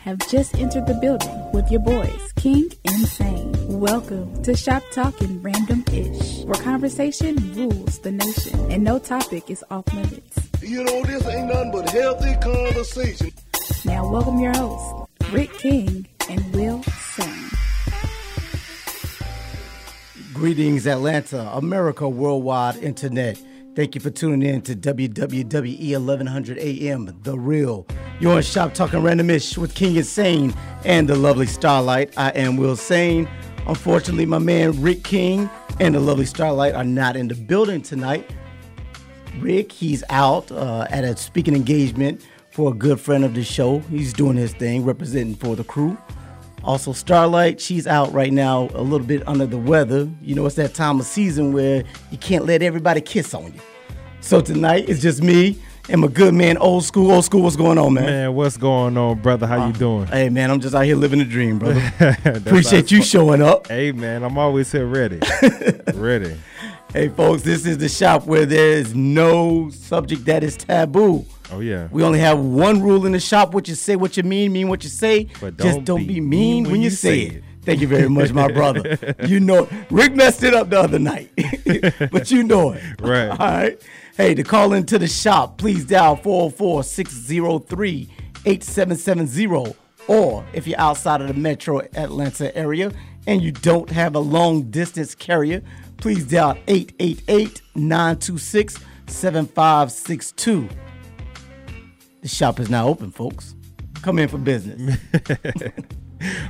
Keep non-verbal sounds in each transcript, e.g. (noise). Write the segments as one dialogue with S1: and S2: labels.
S1: have just entered the building with your boys, King and Sane. Welcome to Shop Talking Random Ish, where conversation rules the nation and no topic is off limits.
S2: You know, this ain't nothing but healthy conversation.
S1: Now, welcome your hosts, Rick King and Will Sane.
S3: Greetings, Atlanta, America, worldwide internet. Thank you for tuning in to WWE 1100 AM, The Real. You're in Shop Talking Randomish with King Insane and the lovely Starlight. I am Will Sane. Unfortunately, my man Rick King and the lovely Starlight are not in the building tonight. Rick, he's out uh, at a speaking engagement for a good friend of the show. He's doing his thing, representing for the crew. Also, Starlight, she's out right now, a little bit under the weather. You know, it's that time of season where you can't let everybody kiss on you. So tonight, it's just me and my good man, old school. Old school, what's going on, man?
S4: Man, what's going on, brother? How you
S3: Uh, (laughs)
S4: doing?
S3: Hey, man, I'm just out here living the dream, brother. (laughs)
S4: That's
S3: Appreciate
S4: how-
S3: you showing up.
S4: Hey, man, I'm always
S3: (laughs)
S4: here ready. ready.
S3: Hey, folks, this is the shop where there is no subject that is taboo.
S4: Oh, yeah.
S3: We only have one rule in the shop, which is say what you mean, mean what you say.
S4: But
S3: Just
S4: don't
S3: don't be, mean when you say it.
S4: it.
S3: Thank you very much, my brother.
S4: (laughs)
S3: You know, Rick messed it up the other night, (laughs) but you know it. (laughs)
S4: Right.
S3: All right. Hey, to call into the shop, please dial 404 603 8770. oh. Or if you're outside of the metro Atlanta area and you don't have a long distance carrier, please dial 888 926 7562. The shop is now open, folks. Come in for
S4: (laughs)
S3: business.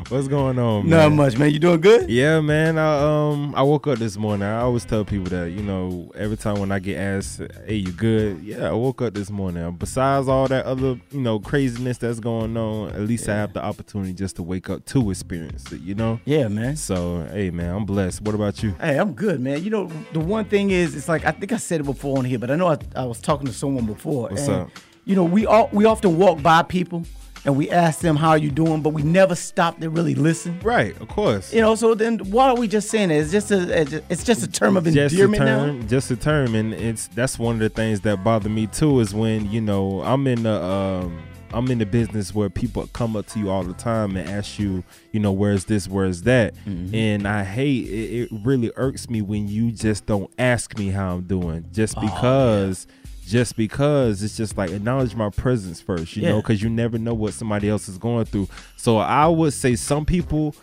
S4: What's going on,
S3: Not
S4: man?
S3: much, man. You doing good?
S4: Yeah, man. I um I woke up this morning. I always tell people that, you know, every time when I get asked, "Hey, you good?" Yeah, I woke up this morning. Besides all that other, you know, craziness that's going on, at least I have the opportunity just to wake up to experience it, you know?
S3: Yeah, man.
S4: So, hey, man, I'm blessed. What about you?
S3: Hey, I'm good, man. You know, the one thing is, it's like I think I said it before on here, but I know I, I was talking to someone before.
S4: What's
S3: and,
S4: up?
S3: You know, we all we often walk by people and we ask them how are you doing, but we never stop to really listen.
S4: Right, of course.
S3: You know, so then why are we just saying that? It's just a it's just a term of
S4: just a
S3: endearment
S4: term,
S3: now.
S4: just a term, and it's that's one of the things that bother me too is when you know I'm in the um, I'm in the business where people come up to you all the time and ask you, you know, where's this, where's that, and I hate it, it. Really irks me when you just don't ask me how I'm doing, just because. Just because it's just like acknowledge my presence first, you
S3: Yeah.
S4: know, because you never know what somebody else is going through. So I would say some people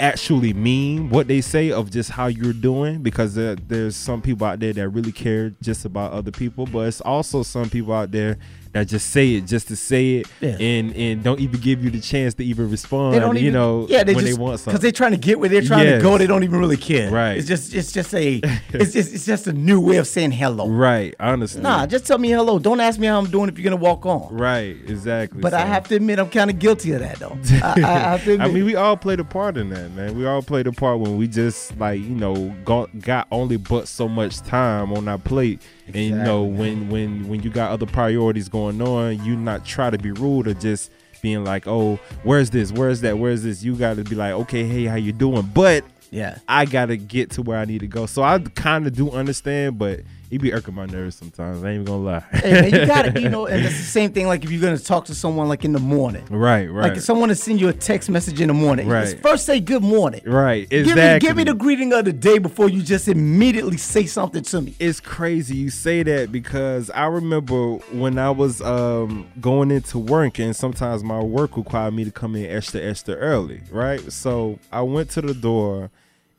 S4: actually mean what they say of just how you're doing because there, there's some people out there that really care just about other people but it's also some people out there that just say it just to say it
S3: Yeah.
S4: and and don't even give you the chance to even respond you
S3: even-
S4: know
S3: yeah, they
S4: when
S3: just,
S4: they want
S3: because they're
S4: something
S3: trying to get where they're trying to go.
S4: Yes.
S3: They don't even really care.
S4: Right.
S3: It's just it's just
S4: (laughs)
S3: a it's just, it's just a new way of saying hello.
S4: right honestly
S3: Nah, just tell me hello. Don't ask me how I'm doing if you're gonna walk on.
S4: right exactly
S3: But I
S4: so-
S3: have to admit, I'm kind of guilty of that though. I, I, I have
S4: (laughs)
S3: to admit.
S4: I mean, we all played a part in that, man. We all played a part when we just like you know got, got only but so much time on our plate, and you know when when when you got other priorities going on, you not try to be rude or just being like, oh, where's this, where's that, where's this. You got to be like, okay, hey, how you doing? But
S3: yeah.
S4: I gotta get to where I need to go. So I kind of do understand, but it be irking my nerves sometimes. I ain't even gonna lie.
S3: Hey, man, you gotta, you know, and it's the same thing. Like if you're gonna talk to someone, like in the morning,
S4: (laughs) right, right,
S3: like if someone is sending you a text message in the morning, just
S4: Right.
S3: first say good morning.
S4: right. Exactly.
S3: Give me, give me the greeting of the day before you just immediately say something to me.
S4: it's crazy you say that because I remember when I was um, going into work, and sometimes my work required me to come in extra, extra early, right? So I went to the door,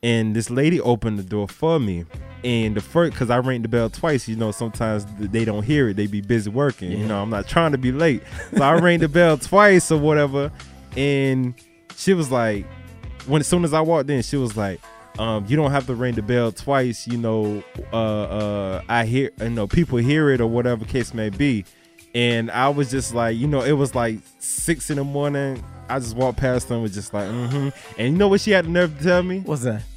S4: and this lady opened the door for me. And the first, because I rang the bell twice, you know, sometimes th- they don't hear it, they be busy working. You know, I'm not trying to be late. So I rang the bell twice or whatever, and she was like, when as soon as I walked in, she was like, um, "You don't have to ring the bell twice." You know, uh, uh, I hear, you know, people hear it or whatever case may be. And I was just like, you know, it was like six in the morning. I just walked past them, was just like, mm-hmm. And you know what she had the nerve to tell me?
S3: What's that? (laughs)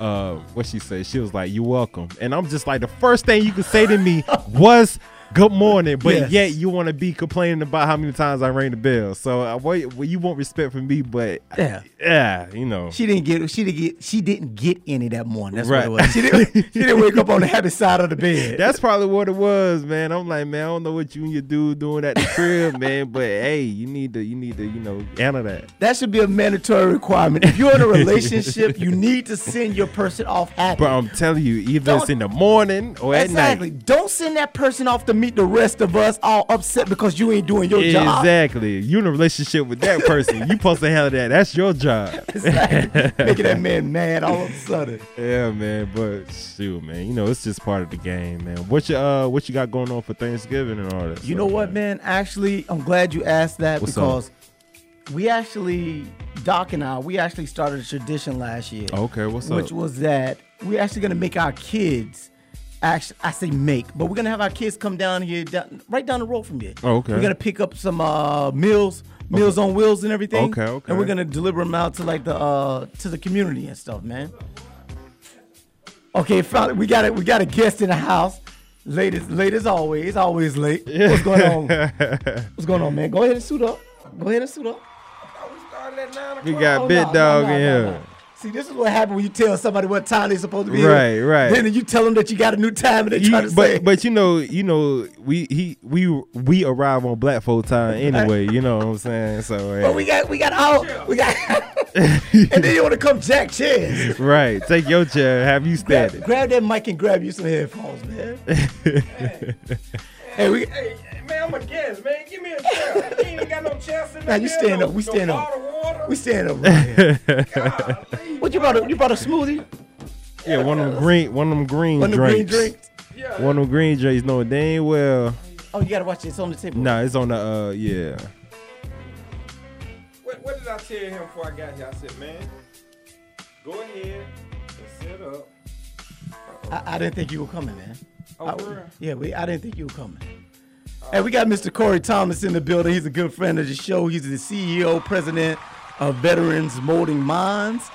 S4: Uh, what she said? She was like, "You're welcome." And I'm just like, the first thing you could say to me was good morning, but
S3: Yes.
S4: yet you want to be complaining about how many times I rang the bell. So uh, well, you- well, you want respect from me, but
S3: Yeah.
S4: yeah, you know.
S3: She didn't get. She didn't get. She didn't get any that morning. That's
S4: Right.
S3: what it was. She didn't,
S4: (laughs)
S3: she didn't wake up on the happy side of the bed.
S4: That's probably what it was, man. I'm like, man, I don't know what you and your dude doing at the
S3: (laughs)
S4: crib, man, but hey, you need to, you need to, you know, handle that.
S3: that should be a mandatory requirement. If
S4: (laughs)
S3: you're in a relationship, you need to send your person off happy.
S4: But I'm telling you, either it's
S3: Don't-
S4: in the morning or
S3: exactly.
S4: at night.
S3: Don't send that person off to meet the rest of us all upset because you ain't doing your job.
S4: Exactly. You in a relationship with that person. you supposed to handle that. That's
S3: (laughs)
S4: your job.
S3: Exactly. Making that man mad all of a sudden.
S4: Yeah, man. But shoot, man. You know, it's just part of the game, man. What you uh, what you got going on for Thanksgiving and all that?
S3: You
S4: stuff,
S3: know what, man? Actually, I'm glad you asked that
S4: What's up?
S3: because we actually, Doc and I, we actually started a tradition last year.
S4: Okay, what's
S3: which
S4: up?
S3: was that we're actually gonna make our kids. Actually, I say make, but we're gonna have our kids come down here, down, right down the road from here.
S4: Oh, okay.
S3: We're gonna pick up some uh, meals, meals on wheels, and everything.
S4: Okay, okay.
S3: And we're gonna deliver them out to like the uh, to the community and stuff, man. Okay, finally, we got it. We got a guest in the house. Late as, late as always, always late. What's going on? What's going on, man? Go ahead and suit up. Go ahead and suit up.
S4: (laughs) We got
S3: Oh,
S4: Big
S3: no, no,
S4: Dog
S3: no,
S4: in
S3: no,
S4: here.
S3: no. See, this is what happens when you tell somebody what time they're supposed to be.
S4: Right,
S3: here.
S4: right.
S3: Then you tell them that you got a new time, and they (laughs)
S4: You-
S3: try to
S4: but
S3: say,
S4: but you know you know we he we we arrive on black
S3: (laughs)
S4: folk time anyway you know what I'm saying so
S3: "But
S4: hey,
S3: we got, we got all, we got." (laughs) and then you want to come jack chairs.
S4: (laughs) right take your chair have you
S3: Grab,
S4: standing
S3: grab that mic and grab you some headphones, man. hey, we.
S5: Hey, man, I'm a guest, man. Give me a chair. You ain't even got no chair sitting
S3: Now
S5: up
S3: you
S5: there,
S3: stand
S5: no-
S3: up. We
S5: no
S3: stand up.
S5: bottled water.
S3: We stand up right
S4: (laughs)
S3: here. what you brought? A, you brought a smoothie?
S4: yeah one of them green one of them green
S3: One of the
S4: drinks
S3: green drinks?
S5: Yeah,
S4: one of them green drinks no they ain't well
S3: Oh, you gotta watch it. It's on the table.
S4: nah it's on the uh yeah
S5: What, what did I tell him before I got here? I said, man, go ahead and sit up.
S3: I, I didn't think you were coming, man.
S5: Oh,
S3: I-
S5: for real?
S3: yeah, we, I didn't think you were coming. Hey, we got Mr. Corey Thomas in the building. He's a good friend of the show. He's the CEO, president of Veterans Molding Minds,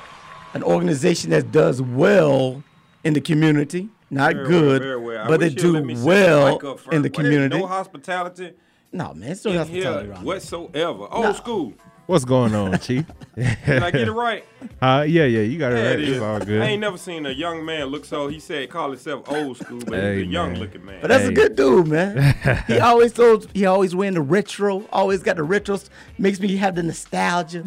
S3: an organization that does well in the community. Not
S5: Very well,
S3: good,
S5: very well. I
S3: but they
S5: wish you'd
S3: do
S5: let me set the
S3: well
S5: mic up first.
S3: in the
S5: What is
S3: community.
S5: No hospitality
S3: No, man, it's no
S5: in here
S3: hospitality around here.
S5: whatsoever. Old
S3: (laughs)
S5: school.
S4: what's going on chief
S5: Did I get it right?
S4: uh yeah yeah you got it
S5: Yeah,
S4: right
S5: it
S4: it's
S5: is.
S4: all good
S5: I ain't never seen a young man look so. He said call himself old school, but
S4: Hey,
S5: he's a young
S4: man.
S5: looking man.
S3: But that's a
S4: Hey.
S3: good dude, man. he always throws, he always wearing the retro, always got the retros, makes me have the nostalgia.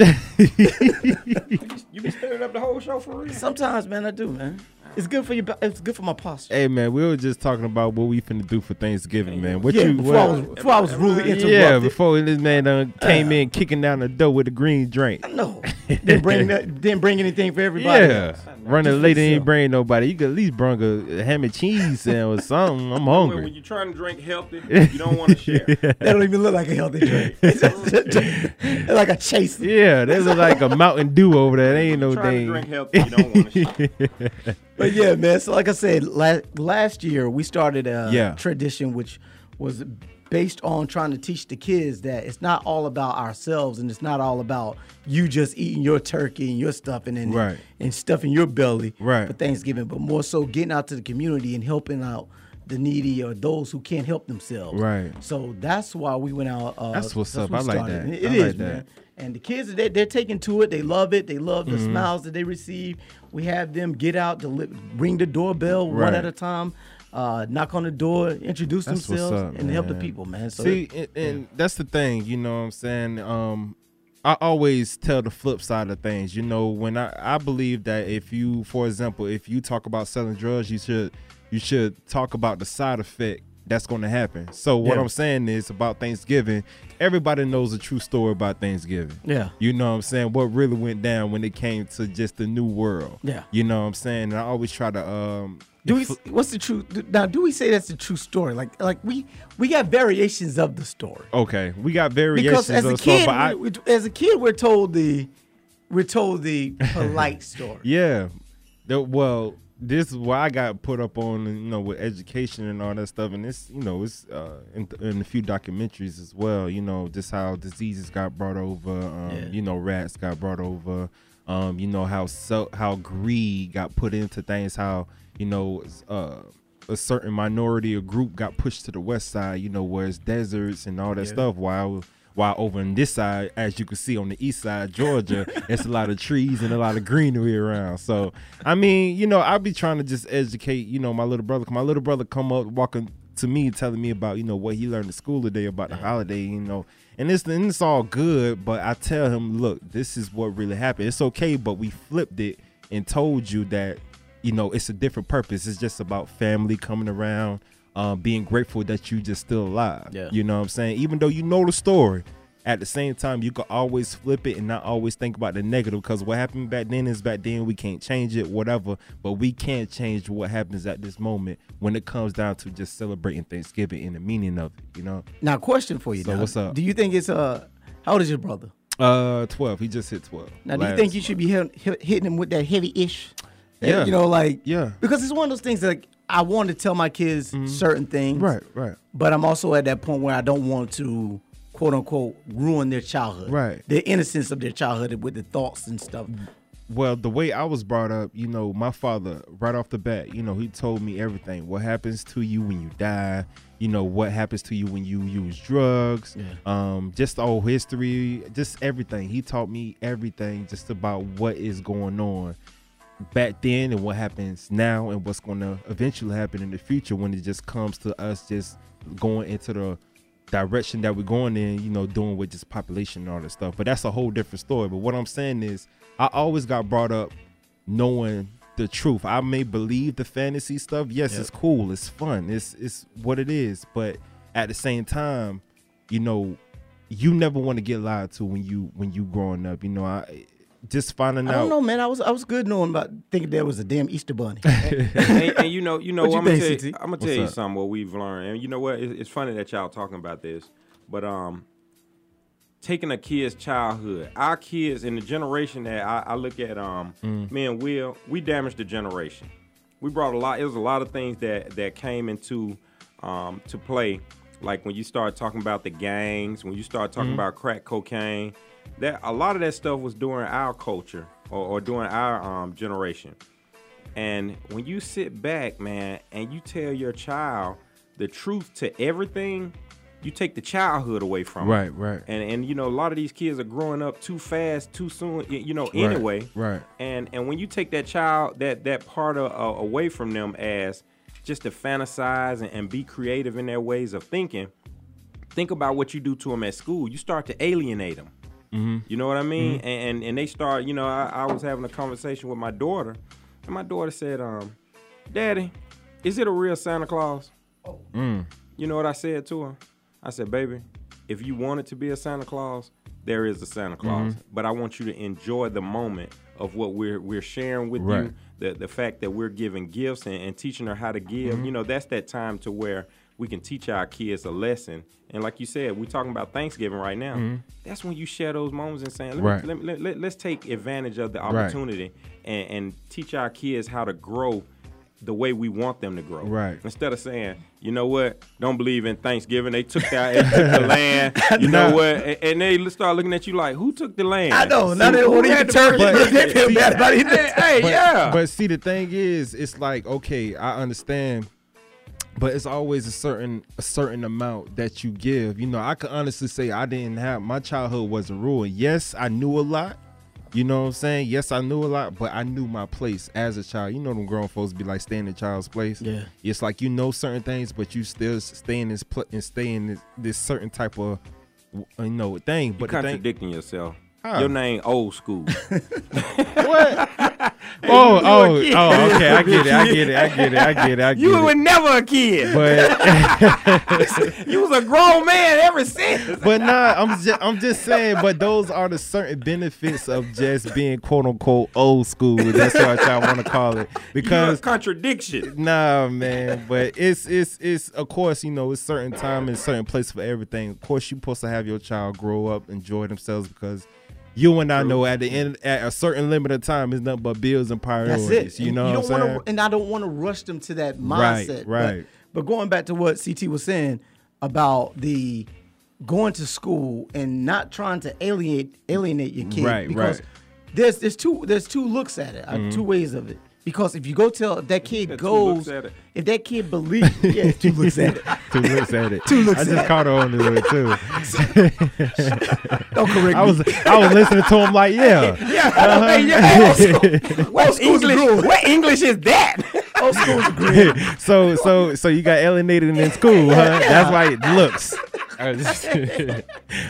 S5: you be standing up the whole show for real.
S3: Sometimes, man, I do, man. It's good for your, ba- it's good for my posture.
S4: Hey man, we were just talking about what we finna do for Thanksgiving, man. What
S3: yeah,
S4: you
S3: before,
S4: what,
S3: I was, before I was rudely interrupted.
S4: Yeah, before this man uh, came in kicking down the door with a green drink.
S3: (laughs) no, didn't bring that, didn't bring anything for everybody.
S4: Yeah, running
S3: Just
S4: late ain't
S3: yourself.
S4: bring nobody. You could at least bring a ham and cheese sandwich or something. I'm
S5: When, when
S4: hungry.
S5: you're trying to drink
S3: (laughs)
S5: healthy, you don't want to share.
S3: That don't even look like a healthy (laughs) drink. It's like a chase.
S4: Yeah, they look like a Mountain Dew over there. They ain't no
S5: trying to drink
S4: thing.
S5: healthy, you don't want to share.
S3: But yeah, man. So like I said, last last year we started a
S4: Yeah.
S3: tradition which was based on trying to teach the kids that it's not all about ourselves and it's not all about you just eating your turkey and your stuff and then
S4: Right.
S3: and stuffing your belly
S4: Right.
S3: for Thanksgiving, but more so getting out to the community and helping out the needy or those who can't help themselves.
S4: Right.
S3: So that's why we went out. Uh,
S4: That's what's up.
S3: what
S4: I
S3: we
S4: like
S3: started.
S4: that.
S3: And It
S4: I
S3: is,
S4: like that.
S3: man. And the kids, they, they're taking to it. They love it. They love
S4: Mm-hmm.
S3: the smiles that they receive. We have them get out, deli- ring the doorbell
S4: Right.
S3: one at a time, uh, knock on the door, introduce
S4: That's what's
S3: themselves,
S4: up,
S3: and help the
S4: man.
S3: people, man. So
S4: See, and, and that's the thing, you know what I'm saying? Um, I always tell the flip side of things. You know, when I, I believe that if you, for example, if you talk about selling drugs, you should you should talk about the side effect that's going to happen. So what
S3: Yeah.
S4: I'm saying is about Thanksgiving, everybody knows the true story about Thanksgiving.
S3: Yeah.
S4: You know what I'm saying? What really went down when it came to just the new world.
S3: Yeah.
S4: You know what I'm saying? And I always try to um
S3: do we? What's the true? Now, do we say that's the true story? Like, like we we got variations of the story.
S4: Okay, we got variations
S3: because as
S4: of
S3: a
S4: the story,
S3: kid,
S4: but I,
S3: we, we- as a kid, we're told the we're told
S4: (laughs)
S3: the polite story.
S4: Yeah. The- well, this is why I got put up on, you know, with education and all that stuff. And it's, you know, it's uh, in, in a few documentaries as well, you know, just how diseases got brought over, um,
S3: Yeah.
S4: you know, rats got brought over, um, you know, how so, how greed got put into things, how, you know, uh, a certain minority or group got pushed to the west side, you know, where it's deserts and all that stuff. While while over on this side, as you can see on the east side, Georgia, it's a lot of trees and a lot of greenery around. So I mean, you know, I'll be trying to just educate, you know, my little brother. My little brother come up walking to me telling me about you know what he learned in school today about the holiday you know and it's and it's all good but i tell him look this is what really happened it's okay but we flipped it and told you that you know it's a different purpose it's just about family coming around uh, being grateful that you just still alive
S6: Yeah.
S4: you know what i'm saying even though you know the story at the same time you can always flip it and not always think about the negative because what happened back then is back then we can't change it whatever but we can change what happens at this moment when it comes down to just celebrating thanksgiving and the meaning of it you know
S3: Now, question for you.
S4: So,
S3: now.
S4: what's up?
S3: Do you think it's uh, how old is your brother?
S4: uh 12 he just hit 12
S3: Now, do you
S4: last
S3: think you
S4: month.
S3: should be hit, hit, hitting him with that heavy ish?
S4: Yeah.
S3: You know, like
S4: Yeah.
S3: because it's one of those things that like, I want to tell my kids certain things,
S4: right right
S3: But I'm also at that point where I don't want to quote unquote ruin their childhood,
S4: Right.
S3: The innocence of their childhood with the thoughts and stuff.
S4: Well, the way I was brought up, you know, my father, right off the bat, you know, he told me everything. What happens to you when you die? You know, what happens to you when you use drugs? Um, just the whole history, just everything. He taught me everything just about what is going on back then and what happens now and what's going to eventually happen in the future when it just comes to us just going into the direction that we're going in, you know, doing with just population and all that stuff. But that's a whole different story. But what I'm saying is, I always got brought up knowing the truth. I may believe the fantasy stuff. Yes, it's cool, it's fun, it's it's what it is. But at the same time, you know, you never want to get lied to when you when you growing up. You know, I just finding
S3: I
S4: out.
S3: don't know, man. I was I was good knowing about thinking there was a damn Easter bunny.
S5: and, and you know, you know,
S3: What you
S5: I'm gonna
S3: think,
S5: tell you,
S3: CT?
S5: I'm gonna
S4: What's
S5: tell you
S4: up?
S5: something what we've learned, and you know what? It, it's funny that y'all talking about this, but um, taking a kid's childhood, our kids in the generation that I, I look at, um, me and Will, we damaged the generation. We brought a lot. It was a lot of things that that came into um to play, like when you start talking about the gangs, when you start talking about crack cocaine, that a lot of that stuff was during our culture or, or during our um generation. And when you sit back, man, and you tell your child the truth to everything, you take the childhood away from 'em.
S4: Right, right.
S5: And and you know a lot of these kids are growing up too fast, too soon. y- You know anyway.
S4: right.
S5: And and when you take that child that that part of, uh, away from them as just to fantasize and, and be creative in their ways of thinking, think about what you do to them at school. You start to alienate them.
S4: Mm-hmm.
S5: You know what I mean? And, and and they start, you know, I, I was having a conversation with my daughter, and my daughter said, um, Daddy, is it a real Santa Claus?
S4: Mm.
S5: You know what I said to her? I said, Baby, if you want it to be a Santa Claus, there is a Santa
S4: Mm-hmm.
S5: Claus. But I want you to enjoy the moment of what we're we're sharing with
S4: Right.
S5: you. The the fact that we're giving gifts and, and teaching her how to give.
S4: Mm-hmm.
S5: You know, that's that time to where we can teach our kids a lesson. And like you said, we're talking about Thanksgiving right now. That's when you share those moments and saying, let
S4: Mm-hmm. Right.
S5: me, let me, let, let, let's take advantage of the
S4: Right.
S5: opportunity and, and teach our kids how to grow the way we want them to grow.
S4: Right.
S5: Instead of saying, you know what, don't believe in Thanksgiving. They took that,
S4: (laughs)
S5: they took the land. You know what? And, and they start looking at you like, who took the land?
S3: I know. Now
S5: See,
S3: they
S5: who
S3: want to eat
S5: had
S3: the
S5: the
S3: turkey.
S4: but-
S3: Look, they feel
S4: see,
S3: bad about eating the
S5: Hey, hey,
S4: but,
S5: yeah.
S4: But see, the thing is, it's like okay, I understand, but it's always a certain a certain amount that you give. You know, I could honestly say I didn't have my childhood wasn't ruined. Yes, I knew a lot. You know what I'm saying? Yes, I knew a lot, but I knew my place as a child. You know, them grown folks be like staying in child's place.
S3: Yeah.
S4: It's like you know certain things, but you still s- stay in this pl- and stay in this, this certain type of w- you know thing. But the thing,
S5: contradicting yourself.
S4: Huh.
S5: Your name
S4: (laughs)
S5: old school.
S4: oh, oh, oh, okay, I get it, I get it, I get it, I get it, I get
S5: you
S4: it.
S5: were never a
S3: (laughs)
S5: kid.
S4: but (laughs)
S5: you was a grown man
S4: (laughs)
S5: ever since.
S4: but nah, I'm just I'm just saying. But those are the certain benefits of just being quote unquote old school. That's what y'all want to call it
S5: You're a
S4: because.
S5: contradiction.
S4: Nah, man, but it's it's it's of course you know it's certain time and certain place for everything. Of course, you're supposed to have your child grow up, enjoy themselves because you and I know at the end at a certain limit of time is nothing but bills and priorities.
S3: That's it.
S4: You
S3: And
S4: know
S3: don't
S4: what I'm saying?
S3: Wanna, and I don't want to rush them to that
S4: Right,
S3: mindset.
S4: right.
S3: But, but going back to what CT was saying about the going to school and not trying to alienate alienate your kid.
S4: Right, Mm-hmm.
S3: because
S4: right.
S3: There's there's two there's two looks at it, uh, two ways of it. Because if you go tell that kid
S5: That two
S3: goes,
S5: looks at it.
S3: if that kid believes,
S4: (laughs)
S3: (laughs) yeah, two looks at it.
S4: Two looks at it.
S3: Two looks
S4: I
S3: at
S4: just
S3: it.
S4: caught her on the way too.
S3: Don't correct
S4: I
S3: me.
S4: was I was listening to him like, yeah.
S3: (laughs) yeah,
S4: Uh-huh.
S3: hey, yeah,
S4: (laughs)
S3: old school. Old
S5: What
S3: school's the
S5: English?
S3: groove.
S5: What English is that?
S3: Old school's the groove.
S4: so so so you got alienated in school, huh? That's why it looks. (laughs) I was just, I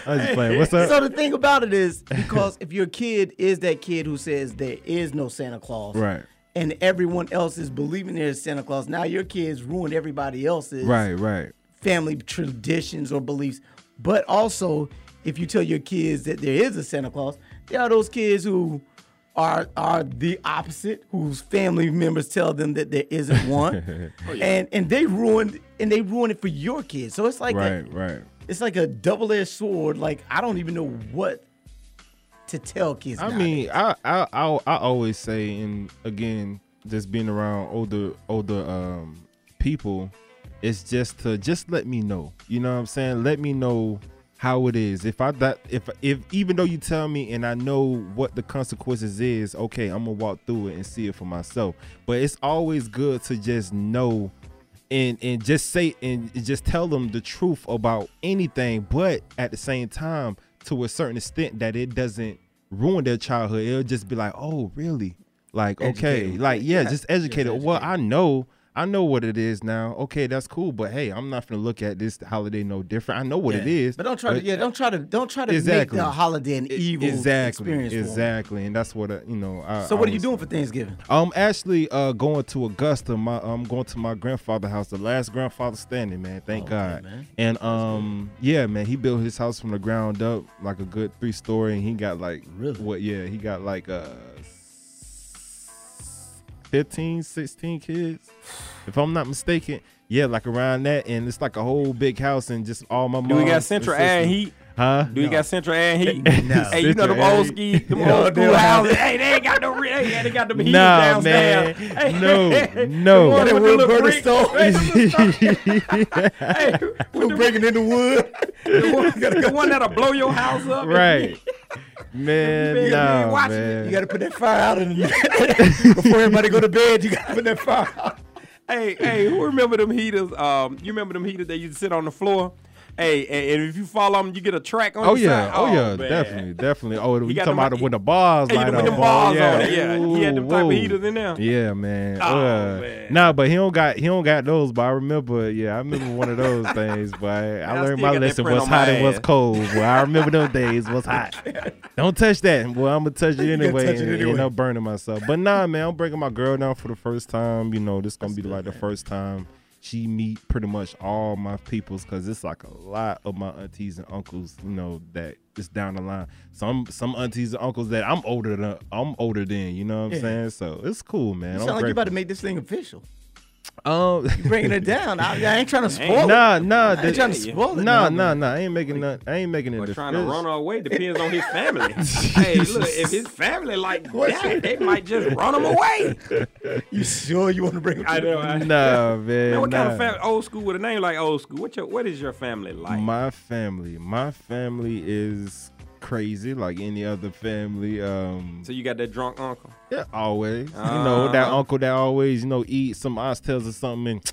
S4: was just playing. What's up?
S3: So the thing about it is, because if your kid is that kid who says there is no Santa Claus,
S4: Right.
S3: and everyone else is believing there's Santa Claus, now your kids ruined everybody else's
S4: right, right.
S3: family traditions or beliefs. But also, if you tell your kids that there is a Santa Claus, there are those kids who are are the opposite, whose family members tell them that there isn't
S4: (laughs)
S3: one,
S4: Oh,
S3: and and they ruined and they ruin it for your kids. So it's like a-
S4: Right, right.
S3: it's like a double edged sword. Like I don't even know what to tell kids.
S4: I
S3: now.
S4: mean, I, I I I always say, and again, just being around older older um people, it's just to just let me know. You know what I'm saying? Let me know how it is. If I that if if even though you tell me and I know what the consequences is, okay, I'm gonna walk through it and see it for myself. But it's always good to just know and and just say and just tell them the truth about anything but at the same time to a certain extent that it doesn't ruin their childhood it'll just be like oh really like okay
S3: Educate 'em.
S4: like yeah, just educated well i know i know what it is now okay that's cool but hey i'm not gonna look at this holiday no different i know what it
S3: Yeah.
S4: is
S3: But don't try to. Yeah, don't try to. Don't try to
S4: Exactly.
S3: make the holiday an
S4: E-
S3: evil
S4: exactly
S3: experience. for 'em.
S4: exactly and that's what I, you know I,
S3: So what are you
S4: always-
S3: doing for Thanksgiving?
S4: I'm actually uh, going to Augusta. My I'm going to my grandfather's house, the last grandfather standing, man. Thank God.
S3: man.
S4: And um, yeah, man, he built his house from the ground up, like a good three story, and he got like
S3: Really?
S4: what? Yeah, he got like uh, 15, 16 kids, if I'm not mistaken. Yeah, like around that, and it's like a whole big house, and just all my.
S5: Do we
S4: mom's
S5: got
S4: and
S5: central
S4: sisters.
S5: air and heat?
S4: Huh?
S5: Do we got central air and heat?
S3: No.
S5: Hey, you
S4: Central
S5: know them
S4: air
S5: old
S4: heat.
S5: ski, them
S3: No,
S5: old
S3: they
S5: school
S3: don't.
S5: houses. Hey, they ain't got no, re- hey, they got them heaters
S4: Nah, man.
S5: downstairs. Hey,
S4: No,
S5: hey,
S4: no. Yeah,
S5: the ones
S4: that
S5: with the little
S3: wood burner
S5: brick-
S3: stove.
S5: Hey, the little stove.
S4: (laughs)
S5: Hey, with the-
S3: breaking into wood.
S5: the one- the one that'll blow your house up. (laughs)
S4: Right. man,
S5: You been- you been
S4: nah,
S5: watching it.
S4: man.
S3: You gotta put that fire out
S4: (laughs)
S3: in (laughs) the before everybody go to bed. You gotta put that fire out.
S5: Hey, hey, who remember them heaters? Um, you remember them heaters that used to sit on the floor? Hey, and, and if you fall on them, you get a track on
S4: Oh
S5: your
S4: yeah,
S5: side?
S4: oh yeah,
S5: man.
S4: definitely, definitely. Oh, you
S5: He got
S4: talking
S5: them-
S4: about when the bars
S5: Hey,
S4: light
S5: with
S4: up?
S5: them
S4: Oh,
S5: bars
S4: yeah.
S5: on it, yeah. He had them type
S4: Ooh,
S5: of heaters in there.
S4: Yeah, man.
S5: Oh,
S4: uh,
S5: man.
S4: Nah, but he don't got he don't got those. But I remember, yeah, I remember one of those things. But I, I
S5: I
S4: learned
S5: still
S4: my
S5: got that
S4: lesson:
S5: print
S4: what's
S5: on my
S4: hot and what's
S5: ass.
S4: cold. Well, I remember those days. What's hot?
S5: (laughs)
S4: Don't touch that. Well, I'm gonna touch it
S3: gonna
S4: anyway,
S3: touch it
S4: and, and
S3: anyway.
S4: I'm burning myself. But nah, man, I'm breaking my girl down for the first time. You know, this gonna be like the first time. She meet pretty much all my peoples because it's like a lot of my aunties and uncles, you know, that is down the line. Some some aunties and uncles that I'm older than I'm older than, you know what I'm
S3: Yeah.
S4: saying? So it's cool, man.
S3: You
S4: I'm
S3: sound like you about to
S4: grateful.
S3: make this thing official.
S4: (laughs) um,
S3: Bringing it down. I, I ain't trying to spoil it.
S4: nah, nah,
S3: I ain't trying to
S5: yeah.
S3: spoil it.
S4: nah,
S3: man.
S4: nah, nah. I ain't making nothing. I ain't making it.
S5: But
S4: the
S5: trying to
S4: first.
S5: run her away depends on his family. hey, look, if his family like that, they might just run him away.
S3: You sure you want to bring it?
S5: I know.
S4: (laughs)
S5: I,
S4: Nah, man.
S5: Man, what kind
S4: nah.
S5: of family? Old school with a name like old school. What your? What is your family like?
S4: My family, my family is crazy like any other family. Um,
S5: so you got that drunk uncle.
S4: Yeah, always. you know that
S5: Uh-huh.
S4: uncle that always you know eat some oxtails or something and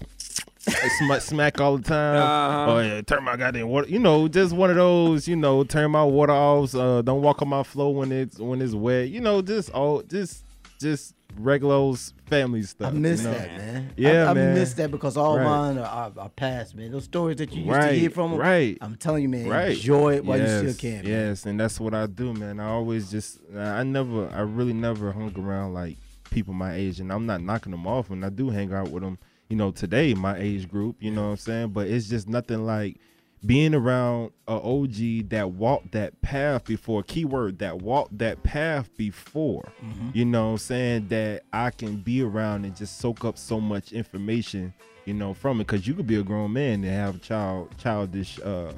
S4: smack, (laughs) smack all the time.
S5: Uh-huh.
S4: Oh yeah, turn my goddamn water. You know, just one of those. You know, turn my water off. Uh, don't walk on my floor when it's when it's wet. You know, just all just just regular old family stuff.
S3: I miss
S4: you know?
S3: that, man.
S4: Yeah,
S3: I, I
S4: man.
S3: miss that because all
S4: Right.
S3: mine are, are, are past, man. Those stories that you used
S4: Right,
S3: to hear from them.
S4: right.
S3: I'm telling you, man.
S4: Right.
S3: Enjoy it while
S4: yes,
S3: you still can. man.
S4: Yes, and that's what I do, man. I always just I never I really never hung around like people my age and I'm not knocking them off and I do hang out with them, you know, today my age group, you know what I'm saying? But it's just nothing like being around a OG that walked that path before, keyword that walked that path before.
S3: Mm-hmm.
S4: You know what I'm saying? That I can be around and just soak up so much information, you know, from it. Cause you could be a grown man and have child childish uh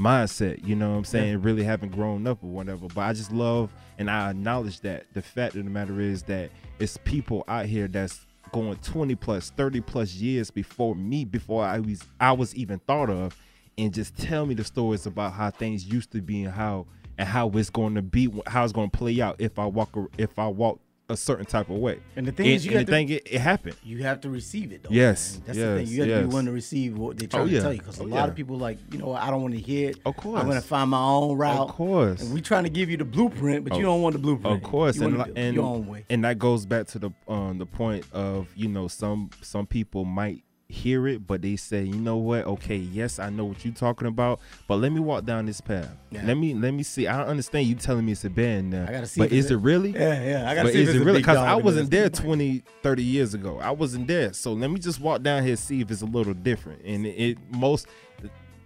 S4: mindset. You know what I'm saying? Really haven't grown up or whatever. But I just love and I acknowledge that the fact of the matter is that it's people out here that's going 20 plus, 30 plus years before me, before I was I was even thought of, and just tell me the stories about how things used to be and how and how it's going to be, how it's going to play out if I walk a- if I walk a certain type of way.
S3: And the thing
S4: and,
S3: is, you
S4: and
S3: have
S4: the
S3: to-
S4: thing it, it happened.
S3: You have to receive it, though.
S4: Yes,
S3: man. that's the thing.
S4: yes,
S3: You have to be
S4: yes.
S3: willing to receive what they try
S4: Oh,
S3: to
S4: yeah.
S3: tell you, because a
S4: Oh,
S3: lot of
S4: yeah.
S3: people like, you know, what, I don't want to hear it.
S4: Of
S3: I'm going to
S4: course.
S3: find my own route.
S4: course.
S3: And we trying to give you the blueprint, but you don't want the blueprint.
S4: Of course,
S3: you
S4: and
S3: wanna
S4: li-
S3: build
S4: and,
S3: your own way.
S4: and that goes back to the um the point of you know some some people might hear it, but they say, you know what? Okay, yes, I know what you're talking about, but let me walk down this path.
S3: Yeah.
S4: Let me let me see. I understand you telling me it's a band now,
S3: I gotta see
S4: but
S3: if
S4: is
S3: it's
S4: it
S3: a-
S4: really?
S3: Yeah, yeah. I gotta
S4: But
S3: see if
S4: is
S3: it's
S4: it
S3: a
S4: really?
S3: big
S4: Because
S3: dog
S4: I
S3: in
S4: wasn't
S3: this.
S4: there 20, 30 years ago. I wasn't there. So let me just walk down here and see if it's a little different. And it, it most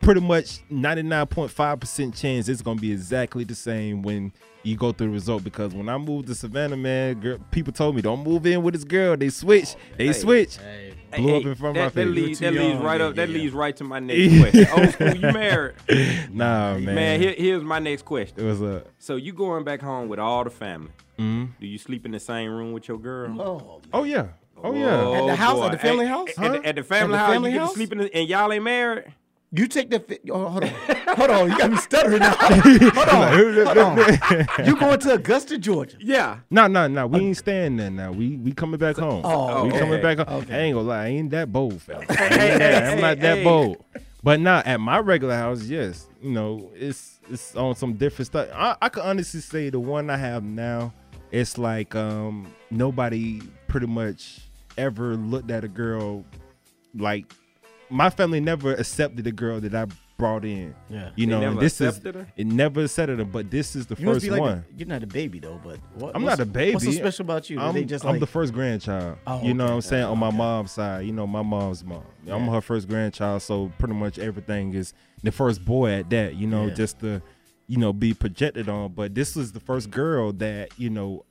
S4: pretty much 99.5% chance it's going to be exactly the same when you go through the result because when I moved to Savannah, man, girl, people told me don't move in with this girl. They switched. They switched. Blew
S5: Hey,
S4: up in front
S5: that,
S4: of my
S5: that
S4: face.
S5: leads,
S3: You were
S5: that
S3: too
S5: leads
S3: young,
S5: right
S3: yeah,
S5: up. That
S3: yeah.
S5: least leads right to my next question. Old school, you married?
S4: (laughs) Nah, man.
S5: Man, here, here's my next question.
S4: it was a
S5: So you going back home with all the family? Do you sleep in the same room with your girl?
S3: Oh, man.
S4: oh yeah, oh yeah.
S3: At the house, at
S5: boy.
S3: the family
S5: At-
S3: house?
S5: At,
S3: Huh?
S5: the, at the family
S3: At the
S5: house,
S3: family
S5: you get
S3: house?
S5: to sleep in, the, and y'all ain't married.
S3: You take the. Fi- oh, hold on. hold on. You got
S4: (laughs)
S3: me stuttering now. hold on. Hold on. you going to Augusta, Georgia?
S5: Yeah.
S4: No, no, no. We ain't staying there now. We we coming back home.
S3: Oh,
S4: we
S5: okay.
S4: coming back home.
S3: Okay.
S4: I ain't gonna lie. I ain't that bold, fella. I
S5: (laughs) hey,
S4: ain't that- I'm
S5: hey,
S4: not that
S5: hey.
S4: bold. But now at my regular house, yes, you know, it's it's on some different stuff. I, I can honestly say the one I have now, it's like um nobody pretty much ever looked at a girl like my family never accepted the girl that I brought in.
S3: Yeah.
S4: You
S5: They
S4: know, and
S5: never
S4: this is
S5: accepted her?
S4: it never accepted her, but this is the
S3: You must
S4: first
S3: be like
S4: one.
S3: a- you're not a baby though, but what,
S4: I'm
S3: what's-
S4: not a baby.
S3: What's so special about you? That
S4: I'm,
S3: they just
S4: I'm
S3: like,
S4: the first grandchild.
S3: Oh,
S4: you know
S3: okay.
S4: what I'm saying? On my mom's side, you know, my mom's mom. I'm her first grandchild, so pretty much everything is the first boy at that, you know,
S3: Yeah.
S4: just to, you know, be projected on. But this was the first girl that, you know,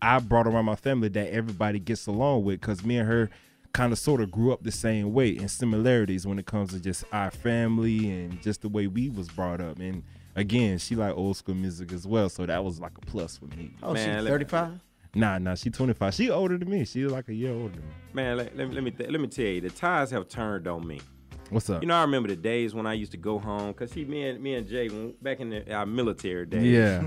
S4: I brought around my family that everybody gets along with because me and her kind of sort of grew up the same way and similarities when it comes to just our family and just the way we was brought up. And again, she like old school music as well, so that was like a plus for me.
S3: oh,
S5: Man, let
S3: she's
S5: me-
S3: 35.
S4: Nah, nah, she 25. She older than me. She's like a year older than me.
S5: Man, let, let, me- let me th- let me tell you, the ties have turned on me.
S4: What's up?
S5: You know, I remember the days when I used to go home because see, me and me and Jay when, back in the, our military days. (laughs)
S4: yeah.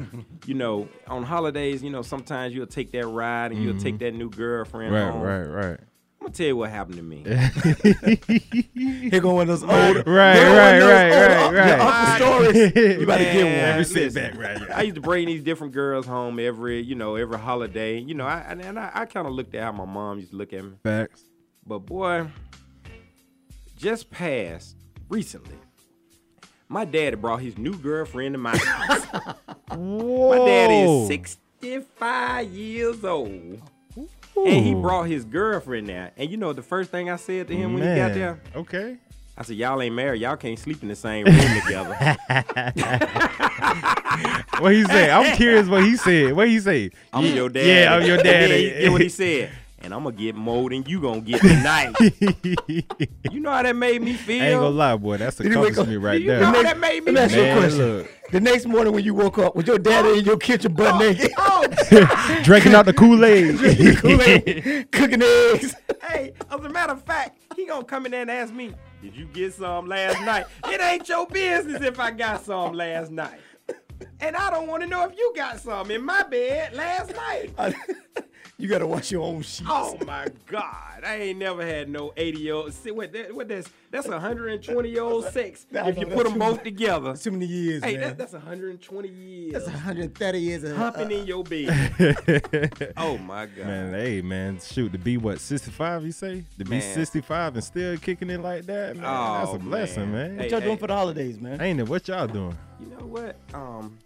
S5: You know, on holidays, you know, sometimes you'll take that ride and you'll take that new girlfriend
S4: right,
S5: home.
S4: right, right.
S5: I'm gonna tell you what happened to me.
S3: Here go one of those old. (laughs)
S4: Right, right, right, right,
S3: Uncle
S4: (laughs)
S3: stories. You about to get one.
S5: Man,
S4: Every
S5: listen,
S4: setback, right?
S5: I used to bring these different girls home every, you know, every holiday. You know, I and and I, I kind of looked at how my mom used to look at me.
S4: Facts.
S5: But boy, just passed recently. My daddy brought his new girlfriend to my house.
S4: (laughs)
S5: My daddy is 65 years old. And he brought his girlfriend there. And you know the first thing I said to him when he got there?
S4: Okay.
S5: I said, Y'all ain't married. Y'all can't sleep in the same room
S4: (laughs)
S5: together.
S4: What he say? (laughs) I'm curious what he said. What he say?
S5: I'm your daddy.
S4: Yeah,
S5: (laughs)
S4: I'm your
S5: And then
S4: daddy.
S5: you get
S4: (laughs)
S5: what he said. And I'm gonna get more than you gonna get tonight. you know how that made me feel?
S4: I ain't gonna lie, boy. That's
S3: he wake
S4: accomplishment
S3: up-
S4: right
S5: you know
S4: there.
S5: how that made me
S3: Let me ask you a
S5: feel?
S4: Man,
S3: question.
S4: look.
S3: The next morning when you woke up, was your daddy in your kitchen
S5: Oh,
S3: butt naked? (laughs)
S4: Drinking out the Kool-Aid.
S3: Kool-Aid, cooking eggs. (laughs)
S5: Hey, as a matter of fact, he gonna come in there and ask me, "Did you get some last night?" It ain't your business if I got some last night, and I don't want to know if you got some in my bed last night.
S3: you gotta wash your own sheets.
S5: Oh my God! I ain't never had no eighty year old. See what? That, what that's that's hundred and twenty year old sex.
S3: I
S5: If
S3: know,
S5: you
S3: (laughs) that's
S5: put them
S3: too
S5: both
S3: much.
S5: together,
S3: Too many years,
S5: hey,
S3: man.
S5: that, that's hundred and twenty years
S3: That's 130 years of
S5: humping
S3: uh, (laughs)
S5: in your bed. oh my God!
S4: Man, hey, man, shoot, to be what, 65, you say? To be
S5: Man.
S4: 65 and still kicking it like that, man,
S5: Oh,
S4: that's a blessing, man.
S5: man.
S3: What
S5: Hey,
S3: y'all doing
S5: hey.
S3: for the holidays, man?
S4: Ain't it? What y'all doing?
S5: You know what? Um,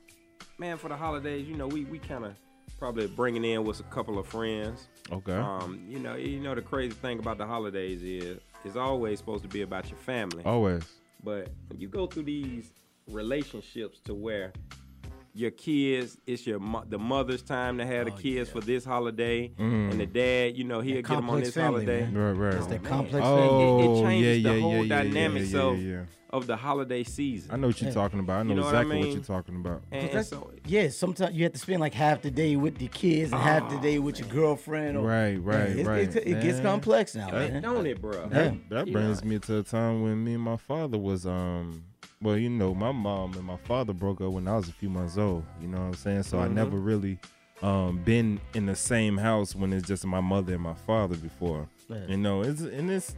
S5: man, for the holidays, you know, we we kind of probably bringing in with a couple of friends.
S4: Okay.
S5: Um, you know, you know the crazy thing about the holidays is it's always supposed to be about your family,
S3: Oh.
S4: Always.
S5: but you go through these relationships to where your kids, it's your mo- the mother's time to
S3: Oh,
S5: have the kids for this holiday, and the dad, you know, he'll get them on
S3: Mm-hmm. complex
S5: this
S3: family,
S5: holiday.
S3: man.
S4: Right, right.
S3: That's that
S5: Man,
S3: complex
S5: it-
S3: thing.
S5: it,
S4: Oh,
S5: changes
S4: yeah,
S5: the
S4: yeah,
S5: whole
S4: yeah, yeah, yeah,
S5: dynamics
S4: yeah,
S5: of
S4: yeah.
S5: of the holiday season.
S4: I know what you're talking about. I know,
S5: You know what I
S4: exactly what,
S5: mean?
S4: you're talking about.
S5: And, and
S3: That's-
S5: so
S3: yeah, sometimes you have to spend like half the day with the kids and half the
S5: Oh,
S3: day with your girlfriend. Or,
S4: Right,
S3: Yeah,
S4: right,
S3: it's-
S4: right,
S3: it's- it gets
S4: man.
S3: complex now, man.
S5: don't it, bro?
S3: Yeah.
S4: That
S5: You
S4: brings
S5: know.
S4: me to a time when me and my father was um well,
S3: Mm-hmm.
S4: you know, my mom and my father broke up when I was a few months old. You know what I'm saying? So I never really um, been in the same house when it's just my mother and my father before.
S3: Yeah.
S4: You know, it's and it's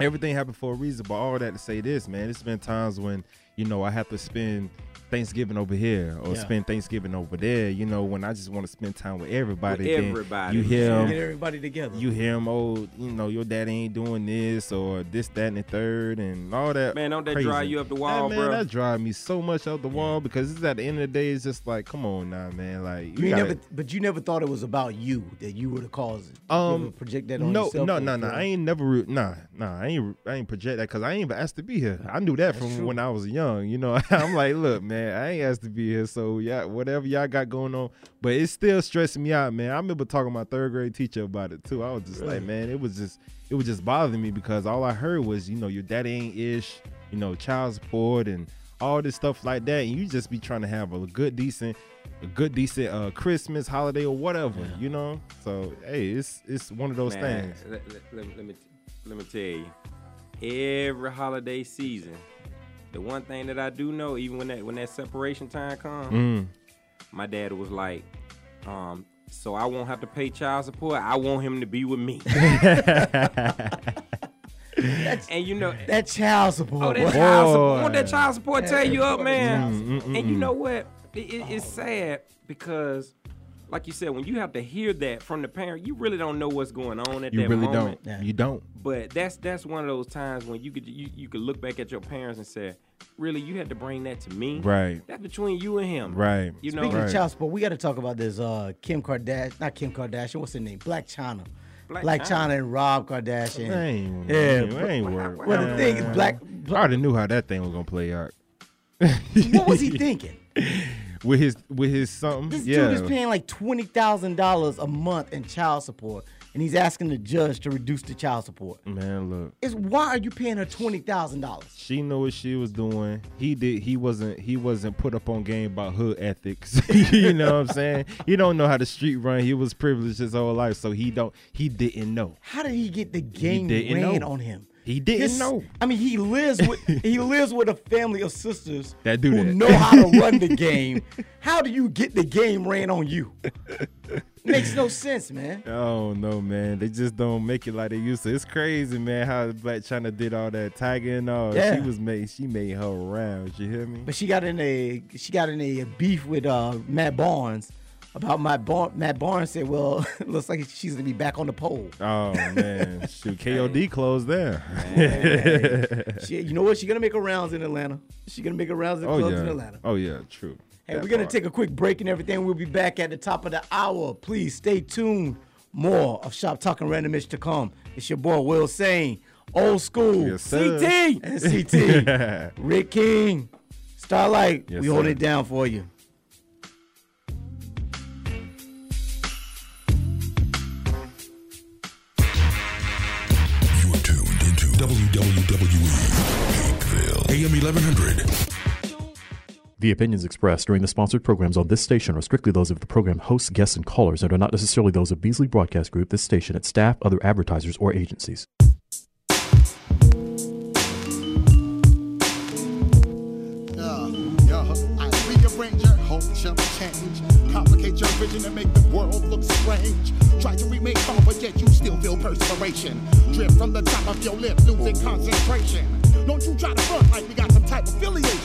S4: everything happened for a reason. But all that to say this, man, it's been times when you know I have to spend Thanksgiving over here or
S3: Yeah.
S4: spend Thanksgiving over there. You know, when I just want to spend time with everybody. then
S5: everybody.
S4: you hear 'em
S3: Get everybody together.
S4: you hear him, oh, you know, your daddy ain't doing this or this, that, and the third, and all that.
S5: Man, don't that
S4: crazy.
S5: drive you up the
S4: That-
S5: wall,
S4: man,
S5: bruh?
S4: That drive me so much up the wall because it's at the end of the day, it's just like, come on now, man. Like
S3: You ain't
S4: gotta-
S3: never, but you never thought it was about you that you were the cause. You
S4: Um,
S3: ever project that on
S4: no,
S3: yourself.
S4: No,
S3: or
S4: no, no.
S3: feel-
S4: I ain't never. re- Nah, nah. I ain't. I ain't project that because I ain't even asked to be here. I knew that from
S3: true.
S4: when I was young. You know, (laughs) I'm like, look, man, I ain't asked to be here. So yeah, whatever y'all got going on, but it's still stressing me out, man. I remember talking to my third grade teacher about it too. I was just like, man, it was just, it was just bothering me because all I heard was, you know, your daddy ain't ish, you know, child support and all this stuff like that, and you just be trying to have a good, decent, a good, decent uh, Christmas holiday or whatever, you know. So hey, it's it's one of those
S5: Man,
S4: things.
S5: let, let- let me- let me let me tell you, every holiday season, the one thing that I do know, even when that when that separation time comes,
S4: Mm,
S5: my dad was like, um, so I won't have to pay child support. I want him to be
S4: (laughs)
S5: with me. and you know,
S3: That child support.
S5: oh,
S3: (laughs)
S5: that
S3: boy.
S5: child support,
S4: Boy.
S5: won't that child support tear you up, man?
S4: Mm, mm, mm,
S5: And you know what? It- it- it's sad because, like you said, when you have to hear that from the parent, you really don't know what's going on at
S4: you
S5: that
S4: really
S5: moment.
S4: don't.
S3: Yeah.
S4: You don't.
S5: But that's that's one of those times when you could you, you could look back at your parents and say, really, you had to bring that to me.
S4: Right.
S5: That's between you and him.
S4: Right.
S5: You know.
S3: Speaking
S4: Right.
S3: of child support, we got to talk about this. Uh, Kim Kardashian, not Kim Kardashian. What's her name? Black China.
S5: Black
S3: Black, China.
S5: China.
S3: and Rob Kardashian.
S4: I ain't,
S3: Yeah,
S4: ain't-
S3: but-
S4: ain't worried.
S3: Well, the thing is,
S4: Man,
S3: black.
S4: I already knew how that thing was gonna play out
S3: (laughs) what was
S4: (laughs)
S3: he thinking?
S4: with his with his something.
S3: This
S4: yeah.
S3: dude is paying like twenty thousand dollars a month in child support, and he's asking the judge to reduce the child support.
S4: Man, look.
S3: Is why are you paying her twenty thousand dollars?
S4: She knew what she was doing. He did. He wasn't. He wasn't put up on game about hood ethics. (laughs) you know what I'm saying? He don't know how the street run. He was privileged his whole life, so he don't. He didn't know.
S3: How did he get the game
S4: didn't
S3: ran
S4: know.
S3: on him?
S4: He didn't
S3: His-
S4: know.
S3: I mean, he lives with
S4: (laughs)
S3: he lives with a family of sisters
S4: That do
S3: who
S4: that.
S3: know how to run
S4: (laughs)
S3: the game. How do you get the game ran on you? Makes no sense, man.
S4: Oh no, man! They just don't make it like they used to. It's crazy, man, how Black China did all that Tiger and all. She
S3: Yeah.
S4: was made. She made her rounds. You hear me?
S3: But she got in a she got in a beef with uh, Matt Barnes about Matt Barnes. Matt Barnes said, "Well, (laughs) looks like she's gonna be back on the
S4: (laughs)
S3: pole."
S4: Oh man,
S3: (laughs)
S4: shoot! KOD closed there.
S3: She, you know what? She's gonna make her rounds in Atlanta. She's gonna make her rounds in
S4: (laughs) Oh
S3: clubs in
S4: yeah.
S3: Atlanta.
S4: Oh yeah. True.
S3: Hey,
S4: That
S3: we're gonna
S4: part.
S3: take a quick break and everything. We'll be back at the top of the hour. Please stay tuned. More of Shop Talking Randomish to come. It's your boy Will Sane, old school
S4: Yes, sir.
S3: CT and
S4: (laughs)
S3: CT Rick King, Starlight.
S4: Yes,
S3: we hold
S4: sir.
S3: it down for you.
S6: You are tuned into WWE Pinkville, AM 1100.
S7: The opinions expressed during the sponsored programs on this station are strictly those of the program hosts, guests, and callers and are not necessarily those of Beasley Broadcast Group, this station, its staff, other advertisers, or agencies.
S8: Yeah, yeah. I rearrange your whole shall change. Complicate your vision and make the world look strange. Try to remake all, but yet you still feel perspiration. Drip from the top of your lip, losing concentration. Don't you try to front like we got some type of affiliation.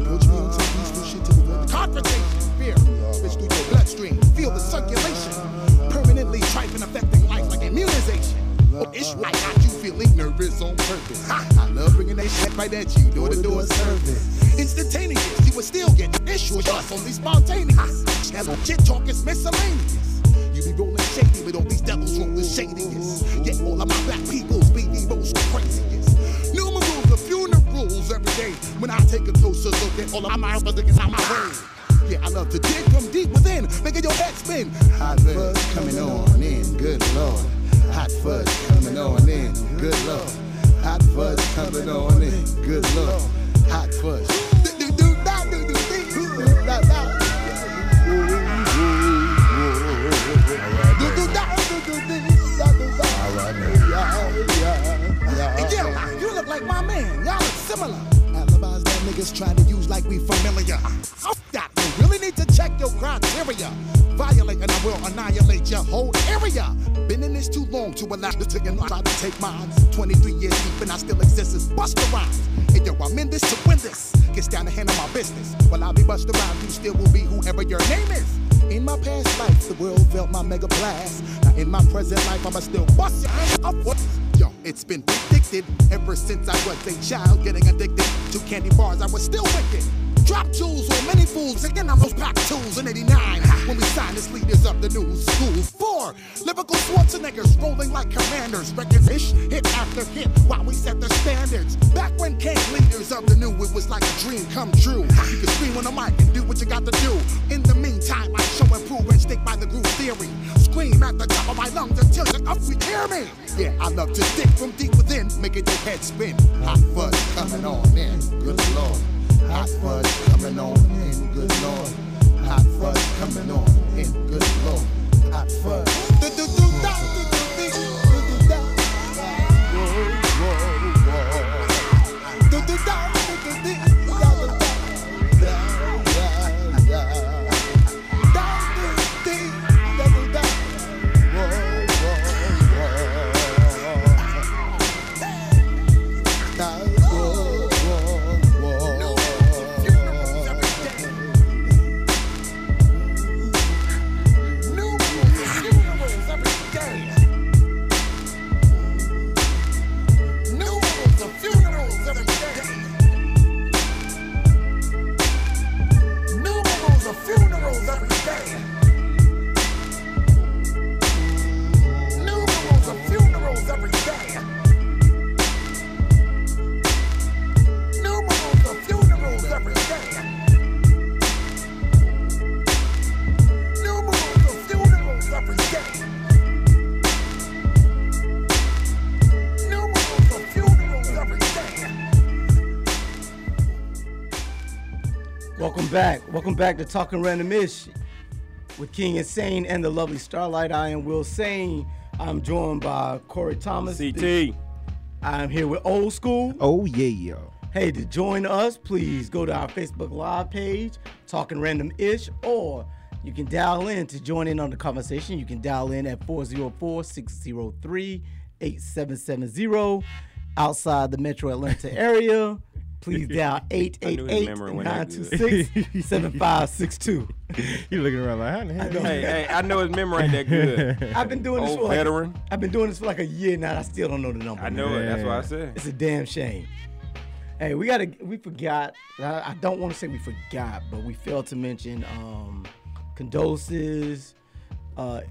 S8: Approach me on some peaceful shit to avoid the confrontation. Fear spits through your bloodstream. Feel the circulation. Permanently trifling, affecting life like immunization. Oh, it's right. Got you feeling nervous on purpose. Ha! I love bringing that shit right at you. Door to door service. Instantaneous. You would still get issues. Just only spontaneous. Hello, shit talk is miscellaneous. You be rolling shady with all these devils rolling shadiest. Yet all of my black peoples be the most craziest. Numerals of funerals every day. When I take a closer look at all of my brothers against out my way. Yeah, I love to dig from deep within, making your head spin. Hot fuzz coming on in, good lord. Hot fuzz coming on in, good lord. Hot fuzz coming on in, good lord. Hot fuzz. And yeah, you look like my man. Y'all look similar. Alibis that niggas trying to use like we familiar. I- I got the real Oh, really need to check your criteria. Violate and I will annihilate your whole area. Been in this too long to allow the ticket line try to take mine. 23 years deep and I still exist as Buster Rhymes. And yo, I'm in this to win this. Gets down to handle my business. While I be Buster Rhymes, you still will be whoever your name is. In my past life, the world felt my mega blast. Now in my present life, I'ma still bust your ass up. Yo, it's been predicted ever since I was a child, getting addicted to candy bars. I was still wicked. Drop jewels on many fools, again I'm those pop tools in 89. When we signed as leaders of the new school. Four, lyrical Schwarzeneggers rolling like commanders. Records ish, hit after hit, while we set the standards. Back when came leaders of the new, it was like a dream come true. You can scream on the mic and do what you got to do. In the meantime, I show and prove and stick by the groove theory. Scream at the top of my lungs until you up, we hear me. Yeah, I love to stick from deep within, making your head spin. Hot fuzz coming on in, good lord. Hot fuzz coming on in, good lord. Hot fuzz coming on in, good lord. Hot fuzz.
S3: Welcome back. Welcome back to Talking Random Ish with King Insane and the lovely Starlight. I am Will Sane. I'm joined by Corey Thomas.
S5: CT.
S3: I'm here with Old School.
S4: Oh
S3: (laughs)
S4: yeah, yo.
S3: Hey, to join us, please go to our Facebook Live page, Talking Random Ish, or you can dial in to join in on the conversation. You can dial in at 404 603 8770 outside the metro
S5: (laughs)
S3: Atlanta area. Please dial
S5: knew his memory wasn't that good.
S3: 888 926
S5: (laughs)
S3: 7562.
S4: You looking around like how the hell?
S5: Hey, hey, I know his memory ain't that good.
S3: I've been doing this
S5: Old
S3: for like,
S5: veteran.
S3: I've been doing this for like a year now. and I still don't know the number.
S5: I know it. That's why I said. (laughs)
S3: (laughs) It's a damn shame. Hey, we gotta. We forgot. I, I don't want to say we forgot, but we failed to mention um, condolences, uh,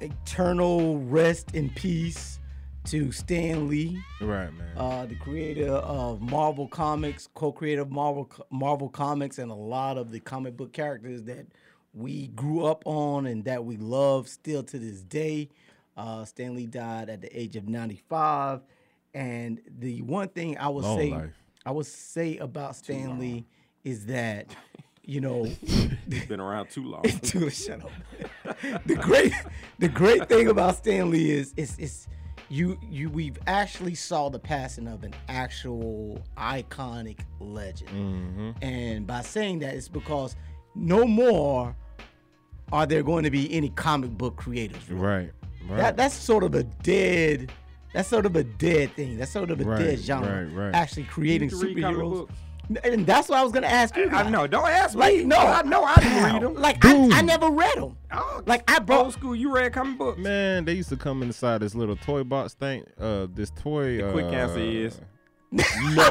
S3: eternal rest in peace to Stan Lee,
S4: Right, man.
S3: uh, the creator of Marvel Comics, co-creator of Marvel Marvel Comics, and a lot of the comic book characters that we grew up on and that we love still to this day. Uh, Stan Lee died at the age of 95, and the one thing I will
S4: Long
S3: say,
S4: life.
S3: I will say about Stan Lee is that, you
S4: (laughs)
S3: know,
S5: It's been around too long.
S3: Dude, shut up. the great, the great thing about Stan Lee is, is, is you, you, we've actually saw the passing of an actual iconic legend,
S4: Mm-hmm.
S3: and by saying that, it's because no more are there going to be any comic book creators. really.
S4: right, right.
S3: That, that's sort of a dead. That's sort of a dead thing. That's sort of a
S4: Right,
S3: dead genre.
S4: right, right.
S3: Actually, creating
S5: You can read comic
S3: superheroes.
S5: books.
S3: And that's what I was gonna ask you.
S5: (laughs) I
S3: guys.
S5: know. Don't ask me.
S3: Like no,
S5: I know. I didn't read them.
S3: Like I,
S4: Dude.
S3: I never read them.
S5: Oh,
S3: Like I
S5: old
S3: brought.
S5: school. You read comic books.
S4: Man, they used to come inside this little toy box thing. Uh, this toy.
S5: The quick
S4: uh,
S5: answer is
S4: no.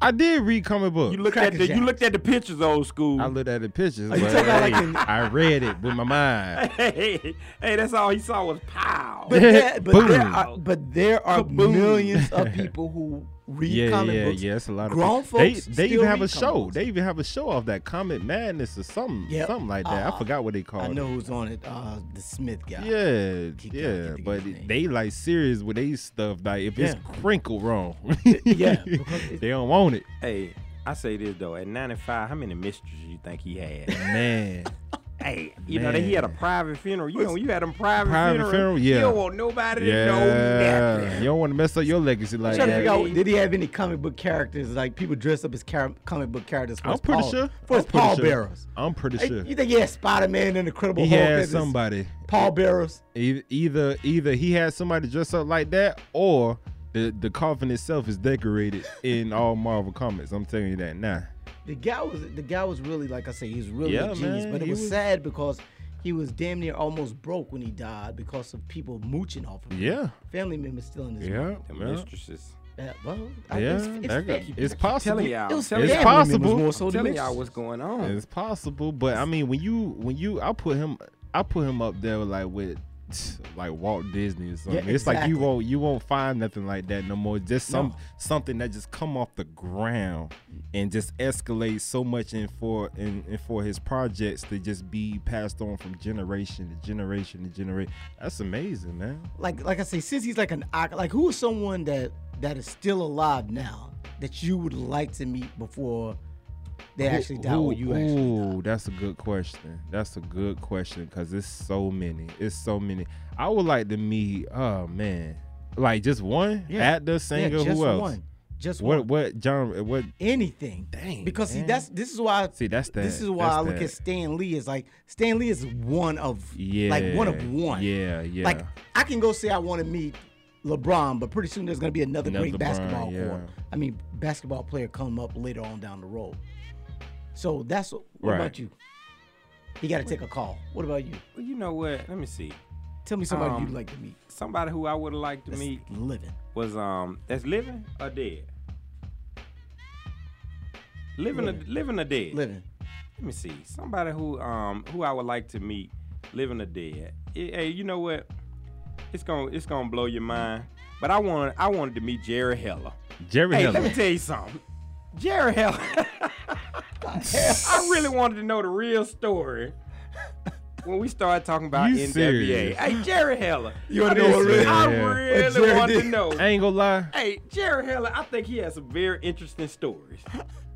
S4: I did read comic books.
S5: you looked at
S3: Cracker
S5: the you
S3: Jacks.
S5: looked at the pictures. Old school.
S4: I looked at the pictures. But,
S3: you talking about like
S4: hey,
S3: in-
S4: I read it with
S3: (laughs)
S4: my mind.
S5: hey, hey, that's all he saw was pow.
S3: But
S4: (laughs)
S3: there, but, there
S4: Boom.
S3: are, but there are
S5: Kaboom.
S3: millions
S4: (laughs)
S3: of people who read
S4: Yeah,
S3: comic
S4: yeah,
S3: books.
S4: yeah. It's a lot of
S3: grown
S4: people. They,
S3: folks
S4: they
S3: still
S4: even have a
S3: read comic
S4: show.
S3: books.
S4: They even have a show off that Comet Madness or something,
S3: Yep.
S4: something like that. I
S3: Uh,
S4: forgot what they called.
S3: I
S4: it.
S3: know who's on it. Uh, the Smith guy.
S4: Yeah,
S3: Keep going,
S4: yeah,
S3: keep
S4: but
S3: going, man.
S4: they like serious with they stuff. Like if
S3: Yeah.
S4: it's crinkled wrong,
S3: Yeah, because it-
S4: (laughs) they don't want it.
S3: (laughs)
S5: Hey, I say this though. At 95, how many mistresses you think he had?
S4: Man,
S5: Hey, you know that he had a private funeral. You know, you had a private,
S4: Private
S5: funeral.
S4: funeral,
S5: You
S4: yeah.
S5: don't want nobody to know
S4: Yeah,
S5: nothing.
S4: you don't want to mess up your legacy like
S3: Trying to
S4: that.
S3: figure out, did he have any comic book characters? Like people dressed up as car- comic book characters for
S4: I'm
S3: his
S4: pretty
S3: pall-
S4: sure.
S3: for his
S4: I'm pretty sure.
S3: pallbearers.
S4: I'm pretty
S3: Hey,
S4: sure.
S3: You think he had Spider Man and Incredible
S4: He
S3: Hulk?
S4: had
S3: as his
S4: somebody.
S3: Pallbearers.
S4: E- Either either he had somebody dress up like that, or the the coffin itself is decorated in all Marvel comics. I'm telling you that now.
S3: The guy was the guy was really like I say, he's really
S4: Yeah,
S3: a genius.
S4: man,
S3: but it
S4: he
S3: was,
S4: was-
S3: sad because he was damn near almost broke when he died because of people mooching off of him.
S4: Yeah,
S3: Family members still in this.
S4: yeah,
S5: The
S4: yeah.
S5: mistresses.
S3: Uh, well, I,
S4: Yeah,
S3: it's, it's,
S4: that-
S3: fa-
S4: it's
S5: Telling
S4: possible.
S5: y'all,
S3: it was
S5: telling
S4: It's
S3: family
S5: y'all,
S4: possible.
S3: members more so
S5: I'm
S3: than
S5: telling
S3: mixes.
S5: y'all what's going on.
S4: It's possible, but I mean, when you when you, I put him, I put him up there with, like with like Walt Disney or something.
S3: Yeah,
S4: It's like you
S3: exactly.
S4: won't you won't find nothing like that no more. Just some something that just come off the ground and just escalates so much in for and, and for his projects to just be passed on from generation to generation to generation. That's amazing, man.
S3: Like like I say, since he's like an icon, like who is someone that that is still alive now that you would like to meet before they actually die or you actually
S4: Ooh, that's a good question. That's a good question because it's so many. It's so many. I would like to meet. Oh man, like just one
S3: Yeah.
S4: actor,
S3: yeah,
S4: singer,
S3: just
S4: who else?
S3: one. Just one.
S4: What what genre? What?
S3: anything.
S4: Dang,
S3: Because see,
S4: man.
S3: that's this is why.
S4: See, that's that-
S3: This is why
S4: that's
S3: I look
S4: that.
S3: at Stan Lee as like Stan Lee is one of
S4: Yeah,
S3: like one of one.
S4: Yeah, yeah.
S3: Like I can go say I want to meet LeBron, but pretty soon there's gonna be another,
S4: Another
S3: great
S4: LeBron,
S3: basketball
S4: yeah.
S3: court. I mean, basketball player come up later on down the road. So that's what
S4: Right.
S3: about you? You got to take a call. What about you?
S5: Well, you know what? Let me see.
S3: Tell me somebody
S5: Um,
S3: you'd like to meet.
S5: Somebody who I would have liked to
S3: That's
S5: meet
S3: living.
S5: was um that's living or dead. Living, or, living or dead.
S3: Living.
S5: Let me see. Somebody who um who I would like to meet, living or dead. Eh, hey, you know what? It's gonna it's gonna blow your mind. But I wanted I wanted to meet Jerry Heller.
S4: Jerry
S5: Hey,
S4: Heller.
S5: let me tell you something. Jerry Heller. (laughs) I really wanted to know the real story when we started talking about
S4: You
S5: NWA.
S4: serious?
S5: Hey, Jerry Heller. You
S3: wanna know what
S4: really-
S5: I
S4: Yeah.
S5: really
S3: Jerry
S5: wanted to
S3: did.
S5: know.
S4: I ain't gonna lie.
S5: Hey, Jerry Heller, I think he has some very interesting stories.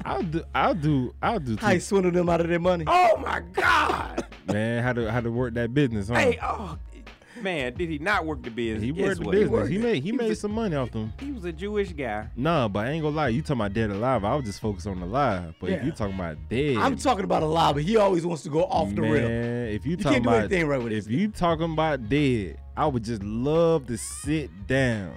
S4: I'll do. I'll do. I'll do.
S3: How you
S4: Two,
S3: swindled them out of their money?
S5: Oh my God.
S4: man, how to how to work that business? Huh?
S5: hey, oh man, did he not work the business?
S4: he
S5: Yes,
S4: worked the
S5: well,
S4: business.
S5: worked
S4: He
S5: it.
S4: made he
S5: was
S4: made
S5: a-
S4: some money off them.
S5: He was a Jewish guy.
S4: Nah, but I ain't gonna lie. You talking about dead or alive? I was just focused on the live. But if
S3: Yeah.
S4: you talking about dead,
S3: I'm talking about a lie, but he always wants to go off the
S4: Man,
S3: rail.
S4: If you,
S3: can't
S4: talking
S3: do
S4: about
S3: anything right with
S4: if
S3: this
S4: you talking about dead, I would just love to sit down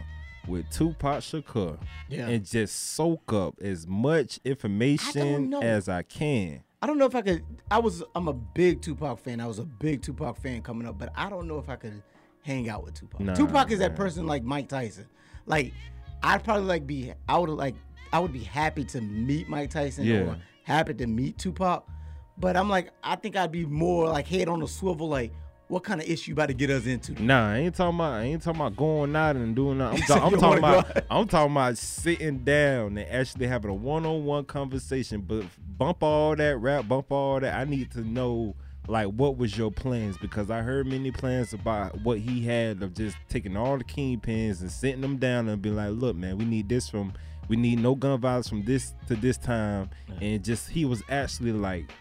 S4: with Tupac Shakur
S3: Yeah.
S4: and just soak up as much information
S3: know.
S4: as I can.
S3: I don't know if I could. I was. I'm a big Tupac fan. I was a big Tupac fan coming up, but I don't know if I could hang out with Tupac.
S4: Nah,
S3: Tupac is that person like Mike Tyson. Like, I'd probably like be. I would like. I would be happy to meet Mike Tyson
S4: Yeah.
S3: or happy to meet Tupac, but I'm like. I think I'd be more like head on the swivel. Like, what kind of issue you about to get us into?
S4: Nah, I ain't talking about I ain't talking about going out and doing nothing.
S3: (laughs)
S4: I'm,
S3: So
S4: ta- I'm
S3: you don't
S4: talking
S3: wanna
S4: about
S3: go out.
S4: I'm talking about sitting down and actually having a one-on-one conversation. But bump all that rap, bump all that. I need to know like what was your plans because I heard many plans about what he had of just taking all the kingpins and sitting them down and be like, look, man, we need this from we need no gun violence from this to this time, and just he was actually like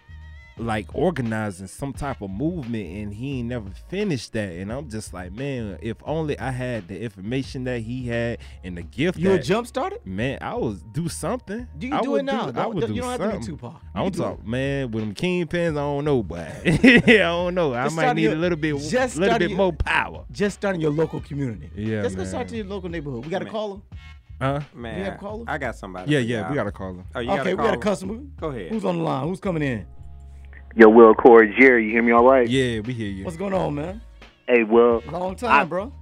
S4: like organizing some type of movement and he ain't never finished that and i'm just like man if only i had the information that he had and the gift
S3: You
S4: that,
S3: a jump started?
S4: man i was do something
S3: You can
S4: I
S3: do
S4: would
S3: it now.
S4: i
S3: Don't-
S4: would
S3: don't-
S4: do
S3: you don't have to
S4: something.
S3: be Tupac. You
S4: i'm
S3: can do
S4: talking man with them kingpins i don't know
S3: (laughs)
S4: but (laughs) i don't know i
S3: Just
S4: might
S3: start
S4: need
S3: your-
S4: a little bit
S3: just
S4: little
S3: start
S4: bit
S3: your-
S4: more power
S3: Just starting your local community.
S4: Yeah,
S3: Just go
S4: man.
S3: start to your local neighborhood. We got to
S5: Man.
S3: call him.
S4: huh
S5: Man,
S3: have a caller?
S5: I got somebody.
S4: yeah
S5: for
S4: yeah
S5: y'all.
S4: we gotta call him
S5: Oh, you
S3: Okay, we got a
S5: call-
S3: customer.
S5: Go ahead.
S3: Who's on the line? Who's coming in?
S9: Yo, Will, Corey, Jerry, you hear me all right?
S4: yeah we hear you
S3: What's going on, man?
S9: Hey, well,
S3: Long time,
S9: I-
S3: bro.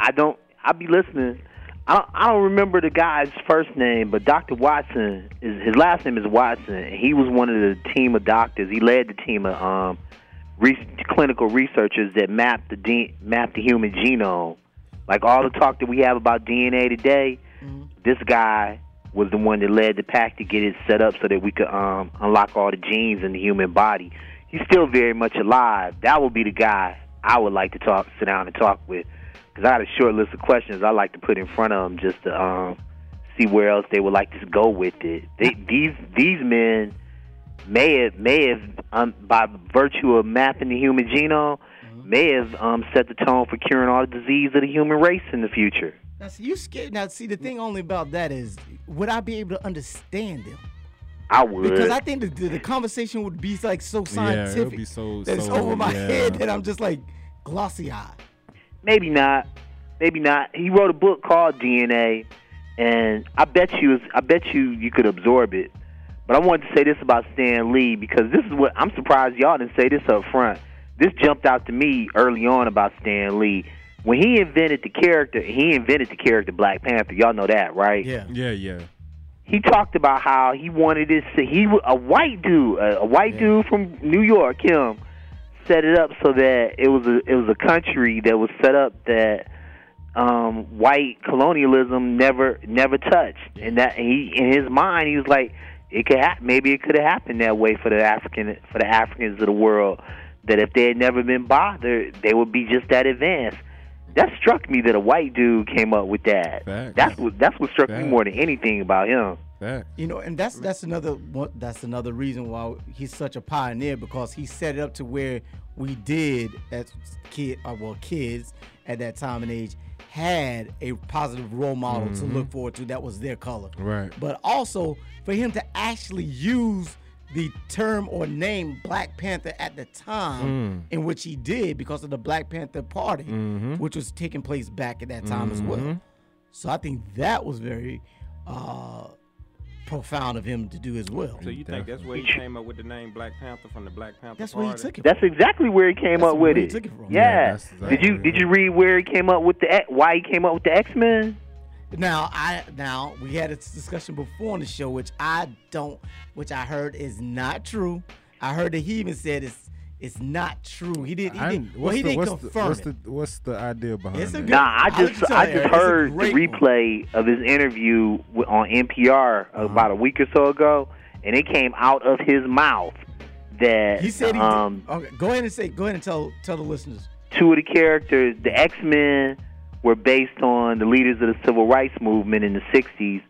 S9: I don't. I be listening. I don't, I don't remember the guy's first name, but Dr. Watson is his last name is Watson, and he was one of the team of doctors. He led the team of um, re- clinical researchers that mapped the de- mapped the human genome. Like all the talk that we have about DNA today, this guy was the one that led the pack to get it set up so that we could um, unlock all the genes in the human body. He's still very much alive. That would be the guy I would like to talk, sit down and talk with, because I got a short list of questions I like to put in front of him just to um, see where else they would like to go with it. They, these these men may have, may have um, by virtue of mapping the human genome,
S3: Mm-hmm.
S9: may have um, set the tone for curing all the disease of the human race in the future.
S3: Now, see, you scared. Now, see, the thing only about that is, would I be able to understand them?
S9: I would.
S3: Because I think the, the, the conversation would be like so scientific
S4: be so-
S3: that it's
S4: so-
S3: over my
S4: yeah.
S3: head that I'm just like glossy eyed.
S9: Maybe not. Maybe not. He wrote a book called DNA, and I bet you, I bet you, you could absorb it. But I wanted to say this about Stan Lee because this is what I'm surprised y'all didn't say this up front. This jumped out to me early on about Stan Lee when he invented the character. He invented the character Black Panther. Y'all know that, right?
S3: Yeah.
S4: Yeah, yeah.
S9: he talked about how he wanted this. He wa- a white dude, a, a white dude from New York, him set it up so that it was a it was a country that was set up that um, white colonialism never never touched, and that and he in his mind he was like it could hap- maybe it could have happened that way for the African for the Africans of the world that if they had never been bothered they would be just that advanced. That struck me that a white dude came up with that.
S4: Facts.
S9: That's what that's what struck me
S4: Facts.
S9: more than anything about him.
S4: That.
S3: You know, and that's that's another one, that's another reason why he's such a pioneer because he set it up to where we did as kid, uh, well, kids at that time and age had a positive role model to look forward to that was their color.
S4: Right.
S3: But also for him to actually use the term or name Black Panther at the time in which he did because of the Black Panther Party, which was taking place back at that time as well. So I think that was very uh, profound of him to do as well.
S5: So you think that's where he came up with the name Black Panther from the Black Panther?
S3: That's where he
S5: Party?
S3: took it.
S9: That's
S3: from.
S9: exactly where he came
S3: That's
S9: up with
S3: where he
S9: it.
S3: took it from.
S9: Yeah.
S4: Yeah, that's
S9: did you
S4: exactly
S9: did you read where he came up with the X- why he came up with the X Men?
S3: Now I now we had a discussion before on the show, which I don't, which I heard is not true. I heard that he even said it's it's not true. He did. He
S4: I-
S3: did well,
S4: what's
S3: he
S4: the-
S3: didn't
S4: what's the-
S3: confirm
S4: what's
S3: it.
S4: the, what's the idea behind
S3: It's a
S4: that?
S3: good-
S9: Nah, I
S3: I'll
S9: just
S3: let you
S9: I
S3: tell you,
S9: just
S3: it's a
S9: heard the
S3: great one.
S9: replay of his interview wi- on NPR
S3: Uh-huh.
S9: about a week or so ago, and it came out of his mouth that
S3: He said he
S9: um,
S3: did. Uh-huh. Okay, go ahead and say. Go ahead and tell tell the listeners.
S9: two of the characters, the X Men, were based on the leaders of the civil rights movement in the '60s.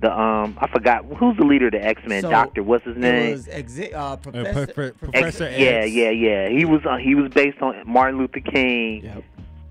S9: The um, I forgot who's the leader of the X Men.
S3: So,
S9: Doctor, what's his
S3: It
S9: name?
S3: was exi- uh,
S4: Uh,
S3: professor, professor.
S4: Prof- Professor X.
S9: Yeah, yeah, yeah. He was on, he was based on Martin Luther King
S3: Yep.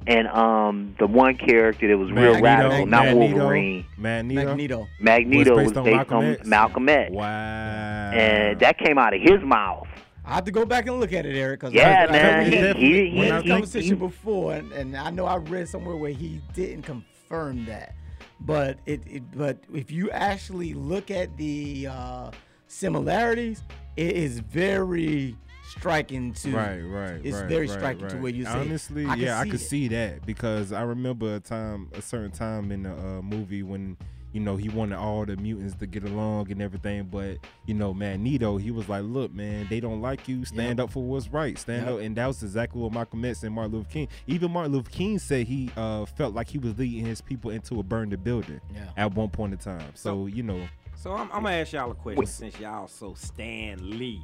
S9: and um the one character that was real
S4: Magneto,
S9: radical, not
S4: Magneto,
S9: Wolverine.
S4: Magneto.
S3: Magneto.
S9: Magneto was
S4: was
S9: based, on, Malcolm X,
S4: Wow.
S9: and that came out of his mouth.
S3: I have to go back and look at it, Eric. 'cause
S9: Yeah,
S3: I,
S9: man.
S3: I,
S9: He-
S3: I,
S9: he-
S3: we
S9: he-
S3: had a
S9: he-
S3: conversation
S9: he-
S3: before, and, and I know I read somewhere where he didn't confirm that, but it, it but if you actually look at the uh, similarities, it is very striking to
S4: Right, right.
S3: It's
S4: right,
S3: very
S4: right,
S3: striking to
S4: right.
S3: where you say,
S4: Honestly,
S3: I can
S4: yeah,
S3: see
S4: I could
S3: it.
S4: see that because I remember a time, a certain time in the uh, movie when you know he wanted all the mutants to get along and everything, but you know Magneto, he was like, "Look, man, they don't like you. Stand up for what's right. Stand
S3: Yep.
S4: up." And that was exactly what Malcolm X and Martin Luther King. Even Martin Luther King said he uh, felt like he was leading his people into a burn the building
S3: Yeah.
S4: at one point in time. So you know,
S5: So I'm, I'm gonna ask y'all a question since y'all so Stan
S4: (laughs)
S5: Lee.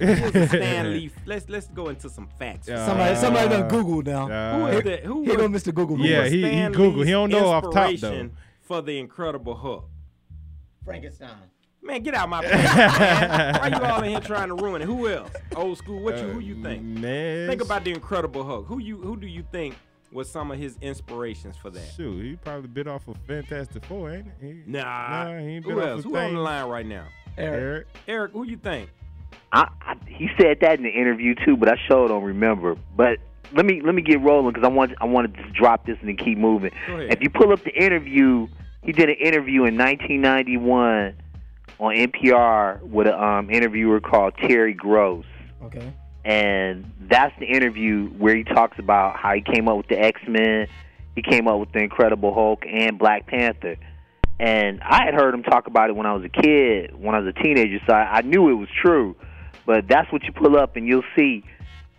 S5: Who is the Stan Lee? Let's let's go into some facts.
S4: Yeah.
S3: somebody. somebody done
S4: Uh,
S3: Google now.
S5: Who
S4: uh,
S5: is the who
S3: Here
S5: was-
S3: go Mr. Google.
S5: who
S4: Yeah,
S5: was
S4: he- he
S5: Stan
S4: Google. He
S5: Lee's
S4: don't know off top, though.
S5: inspiration For the Incredible Hulk.
S3: Frankenstein.
S5: Man, get
S4: (laughs)
S5: out of my face. man. Why you all in here trying to ruin it? Who else? Old school. What you? Who you think?
S4: uh, man?
S5: Think about the Incredible Hulk. Who you? Who do you think was some of his inspirations for that?
S4: Shoot, he probably bit off a Fantastic Four, ain't he? He-
S5: Nah.
S4: nah he ain't bit
S5: who
S4: off
S5: else?
S4: a
S5: Who on
S4: thing.
S5: the line right now?
S3: Eric.
S4: Eric.
S5: Eric, who you think?
S9: I, I he said that in the interview too, but I sure don't remember. But let me let me get rolling because I want I want to just drop this and then keep moving.
S5: Go ahead.
S9: If you pull up the interview, he did an interview in 1991 on NPR with a um, interviewer called Terry Gross,
S3: Okay.
S9: and that's the interview where he talks about how he came up with the X Men, he came up with the Incredible Hulk and Black Panther. And I had heard him talk about it when I was a kid, when I was a teenager, so I, I knew it was true. But that's what you pull up and you'll see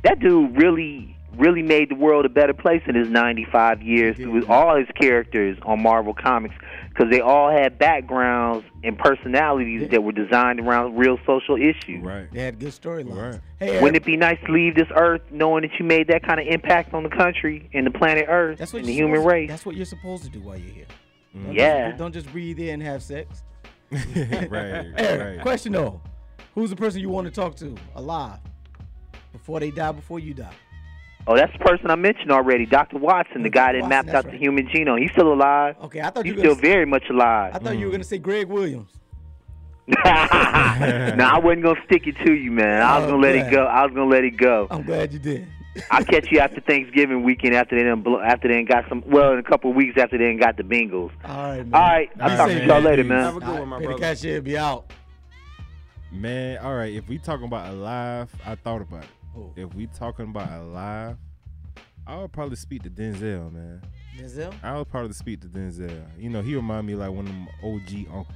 S9: that dude really, really made the world a better place in his 95 years through all his characters on Marvel Comics because they all had backgrounds and personalities that were designed around real social issues.
S4: Right.
S5: (laughs)
S3: They had good storylines.
S4: Right.
S3: Hey, Eric,
S9: Wouldn't it be nice to leave this earth knowing that you made that kind of impact on the country and the planet Earth
S3: that's what
S9: and the
S3: you're
S9: human
S3: supposed-
S9: race?
S3: That's what you're supposed to do while you're here. Don't
S9: Yeah.
S3: Just, don't just breathe in and have sex.
S4: right.
S3: Eric,
S4: right.
S3: question though. Who's the person you want to talk to alive before they die, before you die?
S9: Oh, that's the person I mentioned already, Dr. Watson, the guy that
S3: Watson,
S9: mapped
S3: that's
S9: out the
S3: right.
S9: human genome. He's still alive.
S3: Okay, I thought you
S9: He's
S3: were
S9: still
S3: gonna-
S9: very much alive. (laughs)
S3: I thought you were gonna say Greg Williams.
S9: no, (laughs) I wasn't gonna stick it to you, man. I was
S3: Oh,
S9: gonna let
S3: glad.
S9: it go. I was gonna let it go.
S3: I'm glad you did.
S9: I'll catch you after Thanksgiving weekend after they done blow, after they done got some. Well, in a couple of weeks after they done got the Bengals.
S3: All right, man.
S9: All right,
S4: All
S9: I'll talk
S4: right,
S9: to y'all
S4: man.
S9: later,
S5: Have
S9: man.
S5: a good one, my
S3: Peter
S5: brother.
S3: Cashier be out.
S4: Man, all right. If we talking about alive, I thought about it.
S3: Who?
S4: If we talking about alive, I would probably speak to Denzel, man.
S3: Denzel.
S4: I would probably speak to Denzel. You know, he remind me like one of them OG
S5: (laughs)
S4: uncles.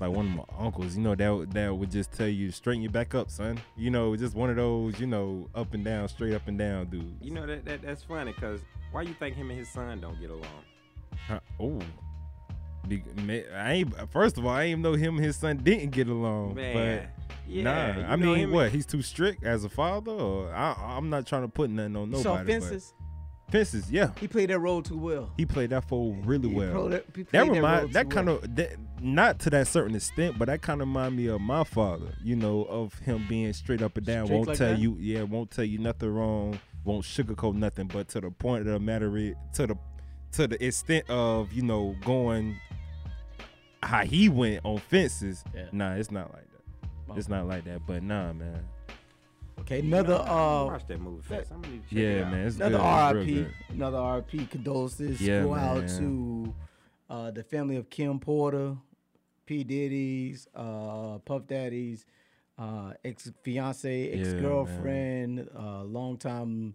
S4: like one of my uncles, you know, that would- that would just tell you straighten you back up, son. You know, just one of those, you know, up and down, straight up and down dudes.
S5: You know that, that that's funny because why you think him and his son don't get along?
S4: Huh, oh. Be- ma- I ain't, first of all, I ain't know him and his son didn't get along.
S5: Man,
S4: But
S5: yeah, you
S4: Oh, nah, I
S5: know him
S4: mean,
S5: and-
S4: what? He's too strict as a father, or I, I'm not trying to put nothing on
S3: You
S4: nobody.
S3: saw
S4: but-
S3: fences.
S4: fences, yeah.
S3: He played that role too well.
S4: He played that fool really
S3: He
S4: well.
S3: pro- he played
S4: that
S3: that role
S4: remind
S3: too
S4: that kind
S3: well.
S4: of that, not to that certain extent, but that kind of remind me of my father. You know, of him being straight up and down,
S3: Strict
S4: won't
S3: like
S4: tell
S3: that?
S4: you, yeah, won't tell you nothing wrong, won't sugarcoat nothing, but to the point of the matter, is- to the to the extent of you know going how he went on fences.
S3: Yeah.
S4: Nah, it's not like that. It's not like that. But nah, man.
S3: Okay, another uh,
S5: Watch that movie. Fast. I'm gonna need to check
S4: Yeah,
S5: it out.
S4: man. It's
S3: another
S4: good. It's real
S3: RIP,
S4: good.
S3: another RIP. Condolences
S4: Yeah,
S3: go out
S4: man.
S3: to uh, the family of Kim Porter, P Diddy's, uh, Puff Daddy's uh, ex fiance,
S4: man.
S3: ex girlfriend, uh, longtime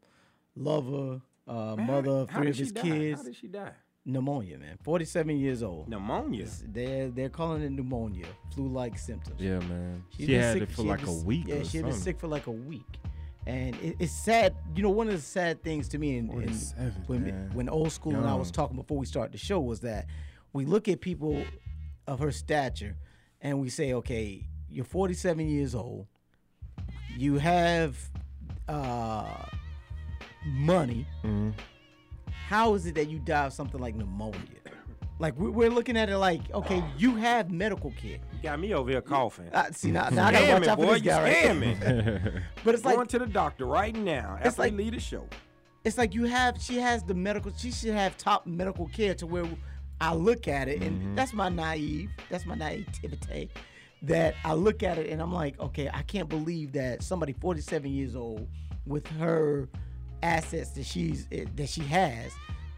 S3: lover, uh,
S5: Man, how
S3: mother of
S5: did- how
S3: three
S5: did
S3: of his
S5: she die? How
S3: kids.
S5: did she die?
S3: Pneumonia, man. Forty seven years old.
S5: Pneumonia.
S3: They're they're calling it pneumonia, flu like symptoms.
S4: Yeah, man.
S3: She's
S4: she
S3: been
S4: had
S3: sick-
S4: it for
S3: she
S4: like
S3: been
S4: a
S3: s-
S4: week.
S3: Yeah,
S4: or
S3: she had been
S4: something.
S3: sick for like a week, and it, it's sad. You know, one of the sad things to me, and, and
S4: 47,
S3: when
S4: man.
S3: when old school and I was
S4: Young.
S3: talking before we start the show was that we look at people of her stature, and we say, okay, you're 47 years old, you have uh, money.
S4: Mm-hmm.
S3: How is it that you die of something like pneumonia? Like we- we're looking at it like, okay, you have medical care.
S5: You got me over here coughing.
S3: Uh, see, now, now I gotta
S5: Damn
S3: watch
S5: it,
S3: out for
S5: boy.
S3: this
S5: You
S3: guy right here.
S5: scamming.
S3: But it's like
S5: Going to the doctor right now after
S3: like-
S5: we leave the show.
S3: it's like you have she has the medical she should have top medical care to where I look at it and that's my naive that's my naivete that I look at it and I'm like okay I can't believe that somebody 47 years old with her assets that she's eh, that she has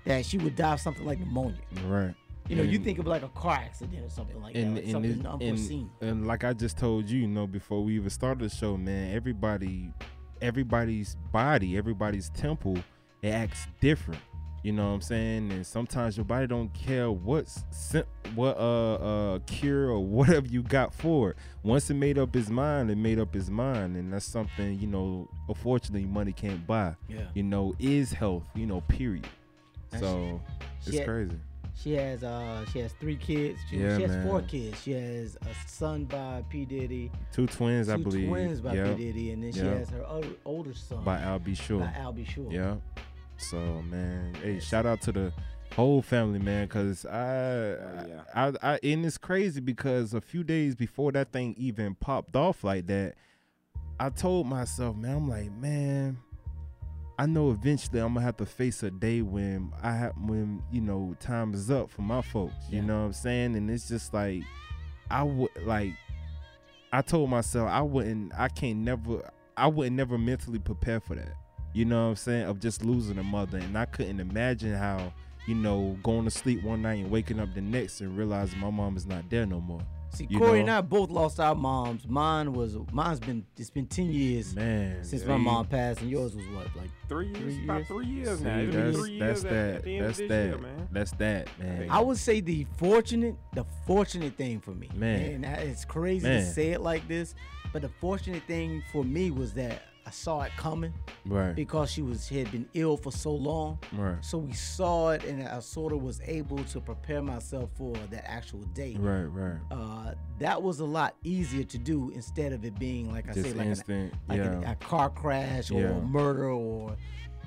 S3: that she would die of something like pneumonia
S4: Right.
S3: you know you think of like a car accident or something like
S4: Mm. and
S3: that like
S4: and,
S3: something
S4: it-
S3: unforeseen
S4: and, and like I just told you, you know, before we even started the show, man, everybody, everybody's body, everybody's temple, it acts different. You know what I'm saying? And sometimes your body don't care what's sym- what uh uh cure or (laughs) whatever you got for it. Once it made up its mind, it made up its mind, and that's something you know. Unfortunately, money can't buy.
S3: Yeah.
S4: You know, is health. You know, period.
S3: And
S4: So
S3: she- she
S4: it's
S3: had-
S4: crazy.
S3: She has uh she has three kids. She,
S4: Yeah,
S3: she has four
S4: man.
S3: kids. She has a son by P Diddy,
S4: Two twins, I
S3: two
S4: believe.
S3: twins by
S4: Yep.
S3: P Diddy, and then she
S4: Yep.
S3: has her other, older son
S4: by Al B. Sure.
S3: by Al B. Sure.
S4: Yeah. So man, hey, shout out to the whole family, man, because
S5: Oh,
S4: I,
S5: yeah.
S4: I, I, and it's crazy because a few days before that thing even popped off like that, I told myself, man, I'm like, man, I know eventually I'm gonna have to face a day when I have when you know time is up for my folks. You know what I'm saying? And it's just like I would like I told myself I wouldn't I can't never I wouldn't never mentally prepare for that. You know what I'm saying? Of just losing a mother. And I couldn't imagine how, you know, going to sleep one night and waking up the next and realizing my mom is not there no more.
S3: See,
S4: You
S3: Corey and
S4: know?
S3: I both lost our moms. Mine was mine's been it's been ten years
S4: Man.
S3: since
S4: yeah.
S3: my mom passed, and yours was what like.
S5: Three years,
S3: Three
S5: about
S3: years?
S5: three years
S4: See,
S5: now. It'll be
S4: that's,
S5: three
S4: that's
S5: years at,
S4: that.
S5: at the end
S4: that's
S5: of this
S4: that.
S5: year, man.
S4: That's that, man.
S3: I would say the fortunate, the fortunate thing for me,
S4: Man.
S3: and I- it's crazy to
S4: Man.
S3: say it like this, but the fortunate thing for me was that I saw it coming.
S4: right.
S3: because she was she had been ill for so long.
S4: Right.
S3: So we saw it, and I sort of was able to prepare myself for that actual date.
S4: Right, right.
S3: Uh, that was a lot easier to do instead of it being like I
S4: Just
S3: say, like, an,
S4: instant,
S3: like an-
S4: yeah.
S3: a car crash or
S4: Yeah.
S3: a murder or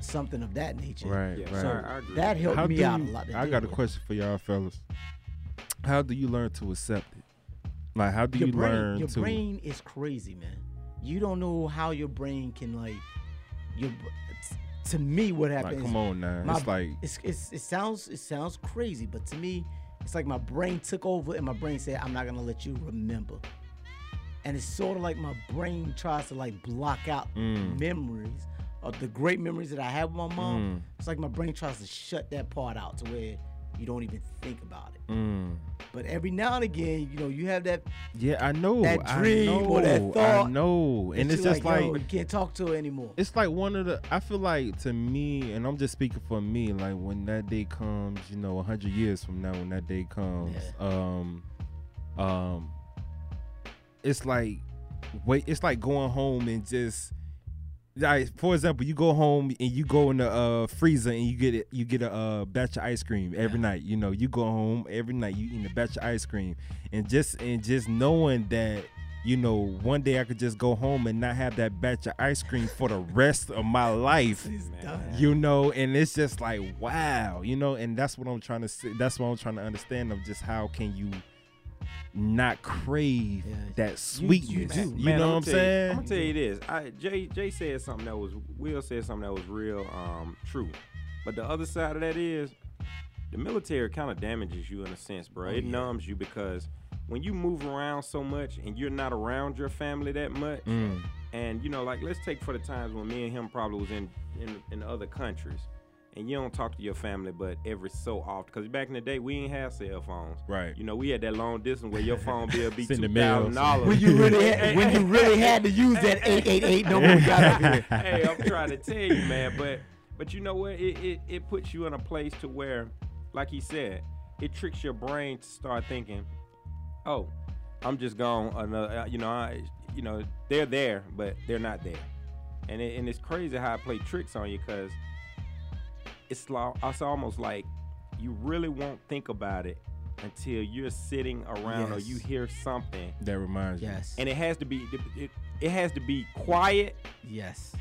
S3: something of that nature.
S4: Right,
S5: Yeah,
S4: right.
S5: so I, I agree.
S3: That helped
S4: How
S3: me
S4: do
S3: out a
S4: you-
S3: lot. to
S4: I
S3: deal
S4: got a
S3: with.
S4: question for y'all fellas. How do you learn to accept it? Like, how do
S3: your
S4: you
S3: brain,
S4: learn
S3: your
S4: to?
S3: brain is crazy, man. You don't know how your brain can like your. br- t- To me, what happens?
S4: come on now. It's like-
S3: it's, it's it sounds it sounds crazy, but to me, it's like my brain took over and my brain said, "I'm not gonna let you remember." And it's sort of like my brain tries to like block out
S4: Mm.
S3: memories of the great memories that I had with my
S4: Mm.
S3: mom. It's like my brain tries to shut that part out to where you don't even think about it. But every now and again, you know, you have that
S4: Mm. yeah, I know.
S3: that
S4: I
S3: dream or that
S4: know, I
S3: thought
S4: know, and
S3: that
S4: it's
S3: you
S4: just
S3: yo,
S4: like
S3: you can't talk to her anymore.
S4: it's like one of the i feel like to me and i'm just speaking for me like when that day comes you know 100 years from now when that day comes um um it's like wait it's like going home and just like for example you go home and you go in the uh, freezer and you get it you get a uh, batch of ice cream every night you know you go home every night you eat a batch of ice cream and just and just knowing that you know one day i could just go home and not have that batch of ice cream for the rest of my life you know and it's just like wow you know and that's what i'm trying to say that's what i'm trying to understand of just how can you not crave that sweetness you,
S5: Man, man,
S4: know
S5: I'ma
S4: what i'm
S5: tell you-
S4: saying
S5: I'm gonna tell you this. I, Jay Jay said something that was Will said something that was real um, true, but the other side of that is the military kind of damages you in a sense,
S4: Oh,
S5: bro. it numbs you because when you move around so much and you're not around your family that much,
S4: Mm.
S5: and you know, like let's take for the times when me and him probably was in in, in other countries. And you don't talk to your family, but every so often, because back in the day we didn't have cell phones.
S4: Right.
S5: You know, we had that long distance where your
S4: (laughs)
S5: phone bill be
S4: Send
S5: two
S4: the mails.
S5: thousand dollars.
S3: when you really (laughs) had, when you
S5: (laughs)
S3: really had to use that eight eight eight number we got up here.
S5: hey, I'm trying to tell you, man. But but you know what? It, it it puts you in a place to where, like he said, it tricks your brain to start thinking, oh, I'm just gone. Another, uh, you know, I, you know, they're there, but they're not there. And it, and it's crazy how I play tricks on you because it's lo- it's almost like you really won't think about it until you're sitting around or
S3: Yes.
S5: you hear something
S4: that reminds
S3: (laughs)
S4: me
S3: Yes.
S5: and it has to be it, it has to be quiet
S3: yes.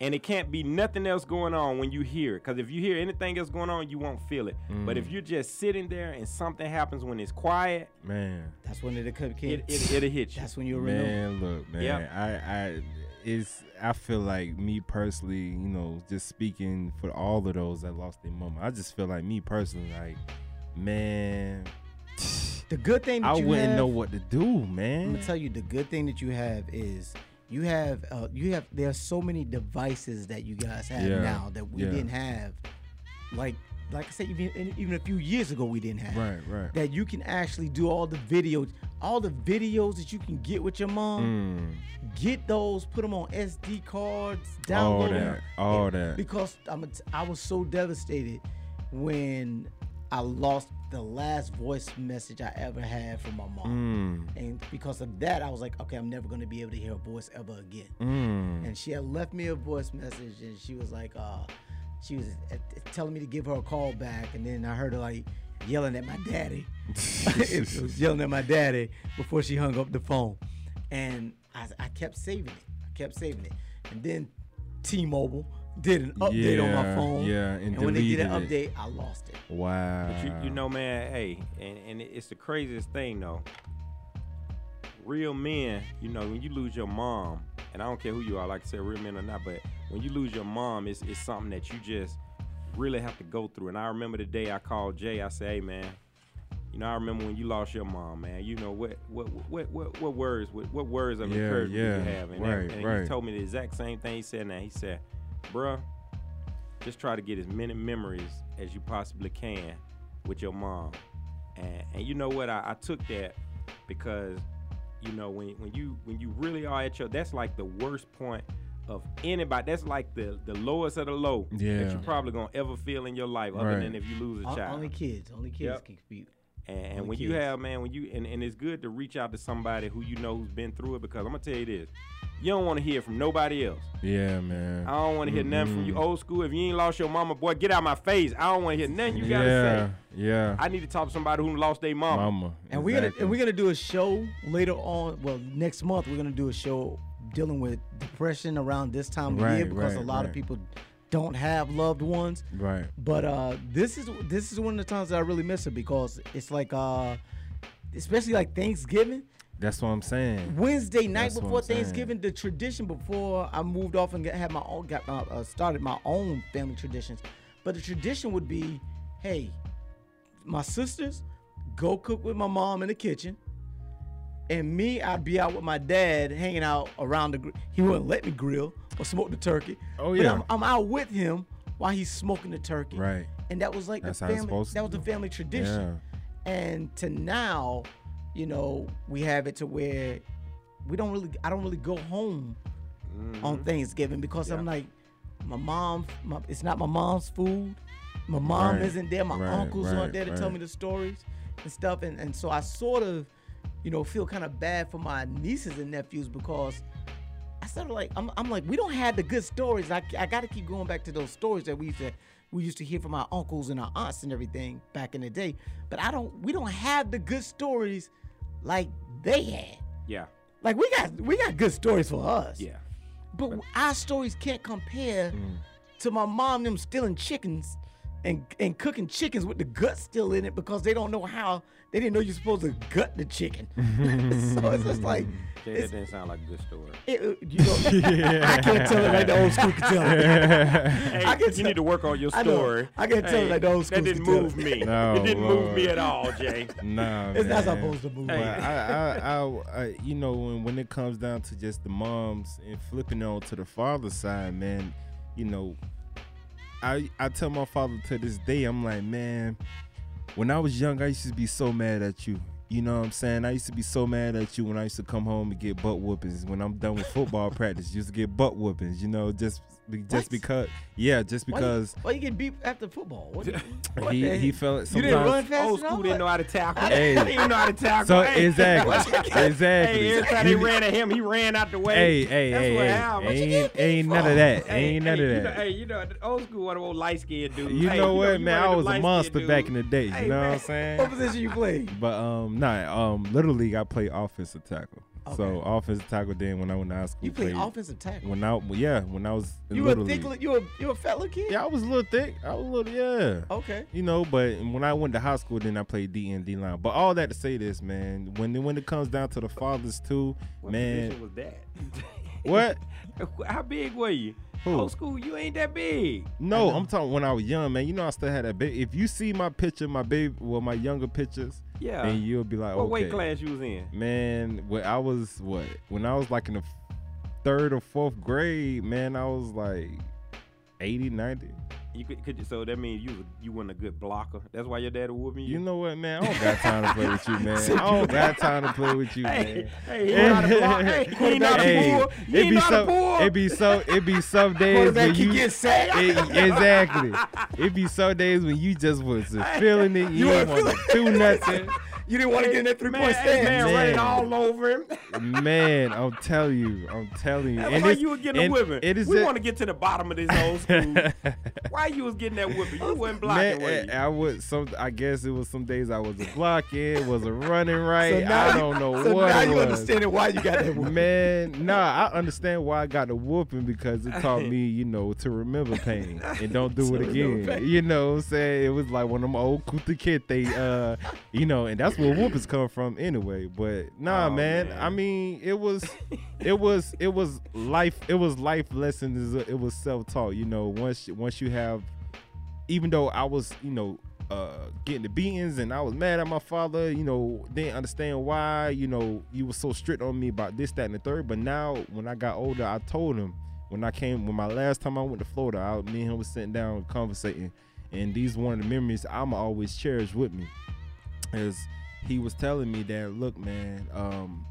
S5: and it can't be nothing else going on when you hear it. Because if you hear anything else going on, you won't feel it. But if you're just sitting there and something happens when it's quiet,
S4: man
S3: That's when it could
S5: it, it, it'll hit you.
S3: That's when you remember.
S4: Man, look, man.
S5: Yep.
S4: I, I, it's. I feel like me personally, you know, just speaking for all of those that lost their mama. I just feel like me personally, like, man,
S3: The good thing that
S4: I
S3: you
S4: wouldn't
S3: have,
S4: know what to do,
S3: I'm
S4: man.
S3: gonna tell you the good thing that you have is you have uh, you have there are so many devices that you guys have
S4: Yeah,
S3: now that we
S4: yeah.
S3: didn't have. Like like I said, even even a few years ago we didn't have.
S4: Right, right.
S3: That you can actually do all the videos, all the videos that you can get with your mom. Get those, put them on SD cards,
S4: Mm. All
S3: download them.
S4: that, all that.
S3: Because I'm a t- I was so devastated when I lost the last voice message I ever had from my mom. And because of that, I was like, okay, I'm never going to be able to hear her voice ever again. And she had left me a voice message and she was like, uh, she was uh, t- telling me to give her a call back. And then I heard her like yelling at my daddy. (laughs) It was yelling at my daddy before she hung up the phone. And I, I kept saving it. I kept saving it. And then T Mobile did an update on my
S4: Yeah,
S3: phone.
S4: yeah, and
S3: when they did an
S4: deleted
S3: update, I lost it.
S4: wow.
S5: But you, you know, man, hey, and, and it's the craziest thing though. Real men, you know, when you lose your mom, and I don't care who you are, like I said, real men or not, but when you lose your mom, it's, it's something that you just really have to go through. And I remember the day I called Jay, I said, hey, man, you know, I remember when you lost your mom, man. You know what what what what, what words what, what words of
S4: Yeah,
S5: encouragement
S4: yeah,
S5: you have, and,
S4: right,
S5: and
S4: right.
S5: he told me the exact same thing he said. Now he said, "Bruh, just try to get as many memories as you possibly can with your mom." And and you know what? I, I took that because you know when when you when you really are at your that's like the worst point of anybody. That's like the the lowest of the low
S4: Yeah.
S5: that you're probably gonna ever feel in your life, other
S4: Right.
S5: than if you lose a
S3: O-
S5: child.
S3: Only kids, only kids
S5: Yep.
S3: can be.
S5: And, and
S3: Only
S5: when you
S3: kids.
S5: have man, when you and, and it's good to reach out to somebody who you know who's been through it because I'm gonna tell you this, you don't want to hear from nobody else.
S4: yeah, man.
S5: I don't want to hear nothing from you. Old school, if you ain't lost your mama, boy, get out my face. I don't want to hear nothing you gotta
S4: yeah,
S5: say.
S4: yeah.
S5: I need to talk to somebody who lost their mama.
S4: Mama,
S3: And we're gonna and we're gonna do a show later on. Well, next month we're gonna do a show dealing with depression around this time of
S4: Right,
S3: year because
S4: right,
S3: a lot
S4: right.
S3: of people don't have loved ones.
S4: right.
S3: But uh, this is this is one of the times that I really miss her because it's like uh, especially like Thanksgiving.
S4: That's what I'm saying.
S3: Wednesday night
S4: That's what
S3: before
S4: I'm saying.
S3: Thanksgiving, the tradition before I moved off and got- had my own, got my, uh, started my own family traditions. But the tradition would be, hey, my sisters go cook with my mom in the kitchen, and me I'd be out with my dad hanging out around the. Gr- he wouldn't let me grill or smoke the turkey.
S4: Oh,
S3: but
S4: yeah.
S3: I'm, I'm out with him while he's smoking the turkey.
S4: Right.
S3: and that was like
S4: That's
S3: the
S4: how it's
S3: family.
S4: supposed
S3: That
S4: to
S3: was the
S4: be.
S3: family tradition
S4: Yeah.
S3: and to now you know we have it to where we don't really i don't really go home
S4: Mm-hmm.
S3: on thanksgiving because i'm like my mom my, it's not my mom's food my mom
S4: Right,
S3: isn't there my
S4: right,
S3: uncles aren't
S4: right,
S3: there to tell
S4: right.
S3: me the stories and stuff and, and so i sort of you know feel kind of bad for my nieces and nephews because I sort of like I'm, I'm like we don't have the good stories. I, I got to keep going back to those stories that we used to we used to hear from our uncles and our aunts and everything back in the day. But I don't we don't have the good stories like they had.
S5: Yeah.
S3: Like we got we got good stories for us.
S5: Yeah.
S3: But our stories can't compare
S4: Mm.
S3: to my mom and them stealing chickens and and cooking chickens with the gut still in it because they don't know how they didn't know you're supposed to gut the chicken. (laughs) so it's just
S4: (laughs)
S3: like
S5: Say that didn't sound like a good story.
S3: it, it- you know, I can't tell it like the old school can tell
S4: (laughs)
S3: it.
S5: Hey,
S3: I can
S5: you
S3: tell-
S5: need to work on your
S3: I know.
S5: story.
S3: I can tell that old
S5: That
S3: school's
S5: didn't
S3: good.
S4: (laughs)
S5: move me.
S4: No,
S5: it didn't move me
S4: Lord.
S5: at all,
S4: (laughs)
S5: Jay.
S4: Nah,
S3: It's not
S4: man.
S3: supposed to move.
S4: But
S5: Hey.
S4: I, I, I, I, you know, when when it comes down to just the moms and flipping it on to the father side, man, you know, I I tell my father to this day, I'm like, man, when I was young, I used to be so mad at you. You know what I'm saying? I used to be so mad at you when I used to come home and get butt whoopings. When I'm done with (laughs) football practice, used to get butt whoopings. You know, just be-
S3: What?
S4: just because, yeah, just
S3: Why you-
S4: because
S3: why you get beat after football?
S4: (laughs)
S3: What, what
S4: he
S3: the
S4: he
S3: heck?
S4: felt
S3: you
S4: sometimes.
S3: didn't run fast
S5: Old
S3: enough?
S5: school didn't know how to tackle.
S4: Hey.
S5: They didn't know how to tackle.
S4: So
S5: hey.
S4: exactly, exactly.
S5: (laughs) Hey, every time they
S4: You-
S5: ran at him, he ran out the way.
S4: Hey, hey,
S5: That's
S4: hey,
S5: what
S4: hey,
S5: happened.
S4: ain't, ain't none of that. ain't none
S5: hey,
S4: of
S5: You know,
S4: that.
S5: hey, you know, the old school one of old light skinned dudes.
S4: You
S5: hey,
S4: know what,
S5: you
S4: man?
S5: one of
S4: I
S5: them
S4: was a
S5: light-skinned
S4: monster back
S5: dudes.
S4: in the day.
S5: Hey,
S4: you know
S5: man.
S4: what I'm saying?
S3: What position you played?
S4: But um, nah, um, little league I play offensive tackle. So offensive tackle. Then when I went to high school,
S3: You played
S4: played-
S3: offensive tackle.
S4: When I yeah, when I was in
S3: You were
S4: little
S3: a thick,
S4: league.
S3: li- you were you were a fella kid.
S4: Yeah, I was a little thick. I was a little yeah.
S5: Oh.
S3: Okay.
S4: You know, but when I went to high school, then I played D and D line. But all that to say this, man, when when it comes down to the fathers too,
S5: What position
S4: man,
S5: was that? (laughs)
S4: what?
S5: How big were you?
S4: Who?
S5: Old school, you ain't that big.
S4: No, I'm talking when I was young, man. You know, I still had that. Ba- if you see my picture, my baby, well, my younger pictures,
S5: Yeah.
S4: then you'll be like,
S5: What
S4: Oh, okay,
S5: weight class you was in?
S4: man. When I was what? When I was like in the third or fourth grade, man, I was like 80, 90.
S5: You could, could you, so that means you was- you wasn't a good blocker. That's why your daddy whooping you.
S4: You
S5: (laughs)
S4: know what, man? I don't got time to play with you, man. I don't got time to play with you,
S5: Hey,
S4: man.
S5: hey, he know how to
S4: (laughs)
S5: block. Hey, he know how to
S4: Hey,
S5: pull. He
S4: it be
S5: know how to
S4: so,
S5: pull.
S4: it be so, it be some days when you (laughs)
S3: sacked.
S4: It- exactly. It be some days when you just was feeling it. You, didn't want to do nothing.
S3: You didn't want to get in that three
S5: man,
S3: point
S5: hey, man,
S3: stand.
S5: running
S4: Man.
S5: all over him. (laughs)
S4: Man, I'm telling you. I'm telling you.
S5: That's
S4: And
S5: why
S4: it's-
S5: you were getting
S4: and
S5: a whipping.
S4: It is
S5: we
S4: just- (laughs)
S5: want to get to the bottom of this old school. why you was getting that whipping? You wasn't blocking.
S4: Man, eh,
S5: were you?
S4: I would some. I guess it was some days I was a blocking, was a running right.
S3: now
S4: I
S3: you-
S4: don't know
S3: So
S4: what
S3: now
S4: it
S3: you
S4: was.
S3: understand why you got that one.
S4: (laughs) Man, nah, I understand why I got the whooping because it taught me, you know, to remember pain and don't
S5: (laughs)
S4: do it again. You know what I'm saying? It was like one of them old Kuta Kid they uh you know, and that's where whoopings come from anyway. But nah
S5: Oh,
S4: man,
S5: man.
S4: I mean it was it was it was life it was life lessons, uh, it was self taught, you know, once once you have even though I was, you know, uh, getting the beatings and I was mad at my father, you know, didn't understand why, you know, you was so strict on me about this, that, and the third. But now when I got older, I told him when I came, when my last time I went to Florida, I, me and him was sitting down conversating. And these one of the memories I'ma always cherish with me is he was telling me that, look, man, um,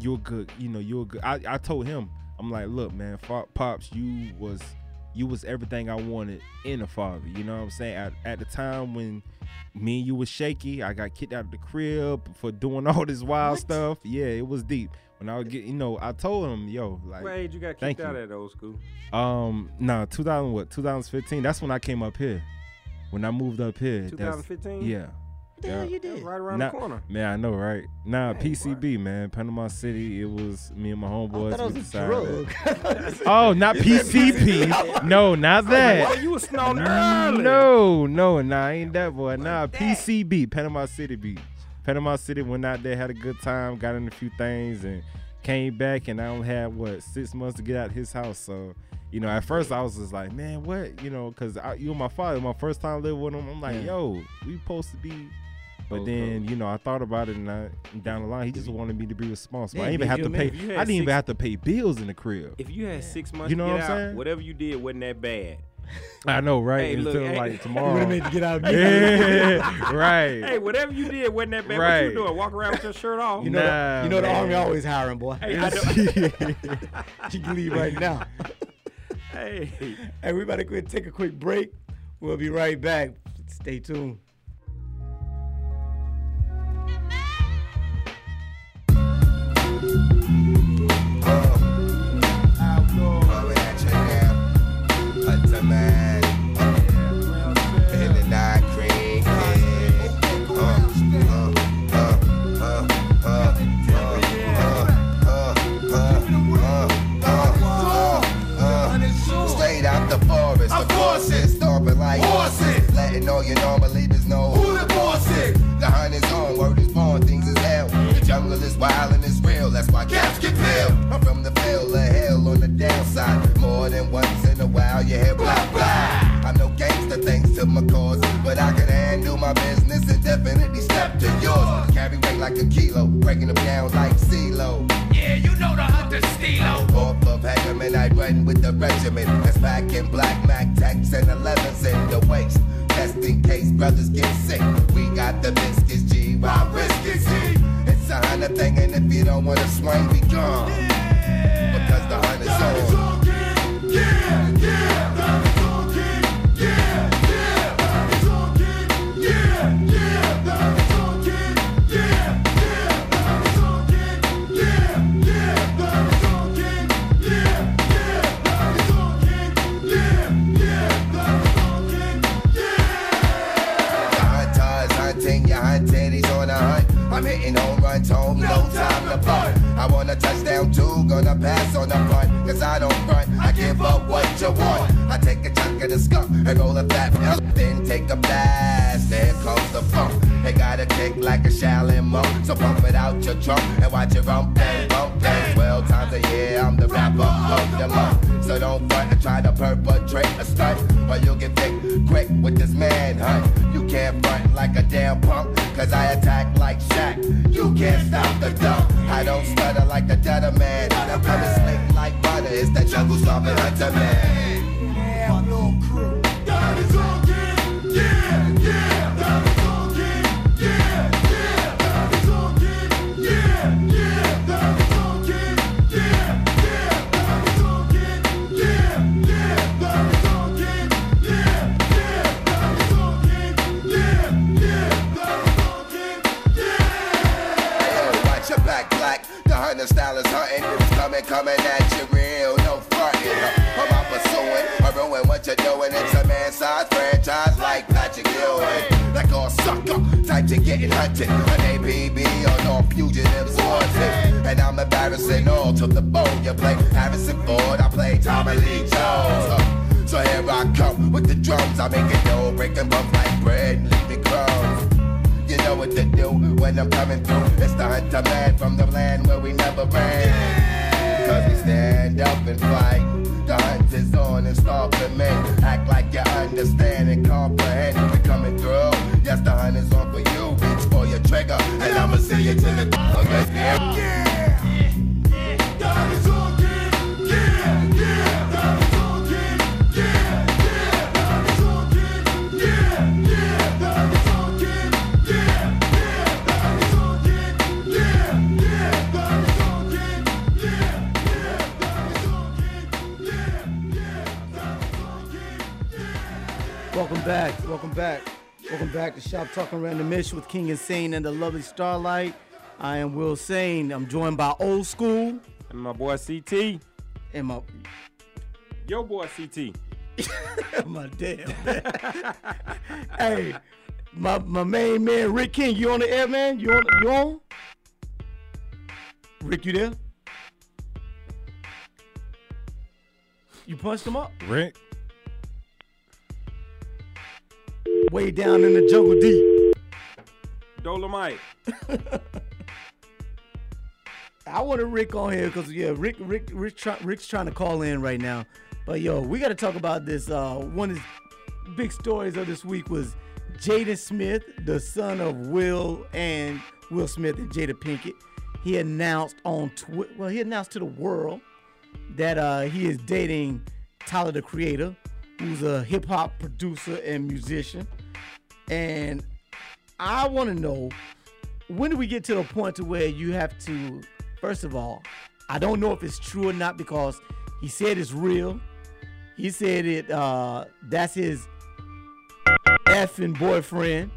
S4: you're good. You know, you're good. I, I told him, I'm like, look, man, Fo- pops, you was you was everything I wanted in a father. You know what I'm saying? At, at the time when me and you was shaky, I got kicked out of the crib for doing (laughs) all this wild stuff. Yeah, it was deep. When I would get, you know, I told him, yo, like,
S5: What age you got
S4: Thank
S5: kicked out
S4: you.
S5: at old school?
S4: um, nah, 2000 what? 2015. That's when I came up here. When I moved up here. That's-
S5: 2015?
S4: Yeah.
S3: What the hell you
S5: That was
S3: did?
S5: right around
S4: Nah,
S5: the corner.
S4: Man, I know, right? Nah,
S5: Dang,
S4: PCB, man. Panama City. It was me and my homeboys.
S3: I thought
S4: we
S3: it was a
S4: decided-
S3: drug. (laughs)
S4: Oh, not PCP. no, not
S5: Boy,
S4: that.
S5: you was snorting early.
S4: No, no, nah, ain't that boy. Nah, PCB, Panama City Beach. Panama City went out there, had a good time, got in a few things, and came back. And I only had what six months to get out of his house. So, you know, at first I was just like, man, what, you know, because you and my father, my first time living with him, I'm like, yo, we supposed to be.
S5: Oh,
S4: But then you know I thought about it and I, down the line he just wanted me to be responsible. I
S3: Yeah,
S4: didn't even
S3: give
S4: have
S3: you
S4: to
S3: a
S4: pay.
S3: minute.
S5: If you
S4: I
S5: had
S4: didn't even
S5: six-
S4: have to pay bills in the crib.
S5: If you had six months
S4: You know
S5: to
S4: what I'm
S5: get out,
S4: saying?
S5: whatever you did wasn't that bad.
S4: I know, right?
S5: Hey,
S4: Until
S5: look, hey. (laughs)
S4: like
S3: You would have made to
S4: tomorrow.
S3: get out of
S4: yeah, (laughs)
S5: Hey,
S4: right.
S5: whatever you did wasn't that bad. What
S4: Right.
S5: you doing? Walk around with your shirt off?
S3: You know,
S4: Nah,
S3: the, you know the
S4: man.
S3: army always hiring, boy. (laughs)
S5: Hey, I don't-
S3: you can leave (laughs) right now.
S5: hey.
S3: Hey, we about to quit, take a quick break. We'll be right back. Stay tuned.
S10: Straight out the forest, of course it's stomping like horses. Letting all your non-believers know who the boss is. The hunt is on, word is born, things is hell. The jungle is wild and it's real, that's why cats get killed. I'm from the field of hell on the downside. More than once in a while, you hear blah blah. I'm no gangster thanks to my cause, but I can handle my business and definitely step to yours. Carry weight like a kilo, breaking them down like CeeLo. Yeah, you know the hunter steelo. Off of Hegeman, I run with the regiment. That's back in black Mac tanks and 11s in the waist. Just in case brothers get sick, we got the biscuits, G. Why biscuits, G? It's a hunter thing, and if you don't want to swing, be gone. Because the hunter's on. The hunters hunting, your hunting, he's on a hunt. I'm hitting home runs home, no, time to punt. I want a touchdown too, gonna pass on the punt. Cause I don't front, I, give up what you want. I take a chunk of the skunk and roll a fat L. Then take a blast, there comes the funk. It got a kick like a Shaolin monk. So pump it out your trunk and watch it rump and bump. And twelve times a year, I'm the rapper of the month. So don't front and try to perpetrate a stunt. Or you'll get thick quick with this manhunt. You can't front like a damn punk, cause I attack like Shaq. You can't stop the dunk. I don't stutter like the Dutter Man. I'm coming slick like butter. It's that jungle stomping hunter man. Yeah, my little crew. That is all good. Yeah, yeah, that is all good. Yeah, yeah, that is all good. Yeah, yeah, that is all good. Yeah, yeah, that is all good. Yeah, yeah, that is all good. Yeah, yeah, that is all good. Yeah, yeah, that is all good. Yo, watch your back, black. The hunter style is hunting. It's coming, coming at you real, no fronting. I'm out pursuing, I ruin what you're doing. It's a man size franchise like Patrick Ewing. That all sucker, type to getting hunted. An APB on all fugitives, wanted. And I'm embarrassing all to the bone. You play Harrison Ford, I play Tommy Lee Jones. Uh, so here I come with the drums. I make it dough, break them up like bread and leaving crumbs. You know what to do when I'm coming through. It's the hunter man from the land where we never ran. Cause we stand up and fight. The hunt is on and start for men. Act like you understand and comprehend. We're coming through. Yes, the hunt is on for you. Reach for your trigger. And I'ma see you to the. Okay, yeah. That is all good. Yeah, yeah, that is all good. Yeah, yeah, that is all good. Yeah, yeah, that is all good. Yeah, yeah, that is all good. Yeah, yeah, that is all good. Yeah, yeah, that is all good. Yeah, yeah, that is all good.
S3: Welcome back. Welcome back. Welcome back to Shop Talking Random Ish with King Insane and the lovely Starlight. I am Will Sane. I'm joined by Old School
S5: And my boy CT.
S3: and my
S5: Yo, boy CT.
S3: my damn. (laughs) hey, my my main man Rick King. You on the air, man? You on? You on? Rick, you there? You punched him up
S4: Rick.
S3: way down in the jungle deep.
S5: Dolomite.
S3: I want to Rick on here because yeah, Rick, Rick, Rick, try, Rick's trying to call in right now. But yo, we got to talk about this. Uh, one of the big stories of this week was Jaden Smith, the son of Will and Will Smith and Jada Pinkett. He announced on Twitter. Well, he announced to the world that uh, he is dating Tyler the Creator, who's a hip hop producer and musician. And I want to know when do we get to the point to where you have to first of all i don't know if it's true or not because he said it's real he said it uh that's his effing boyfriend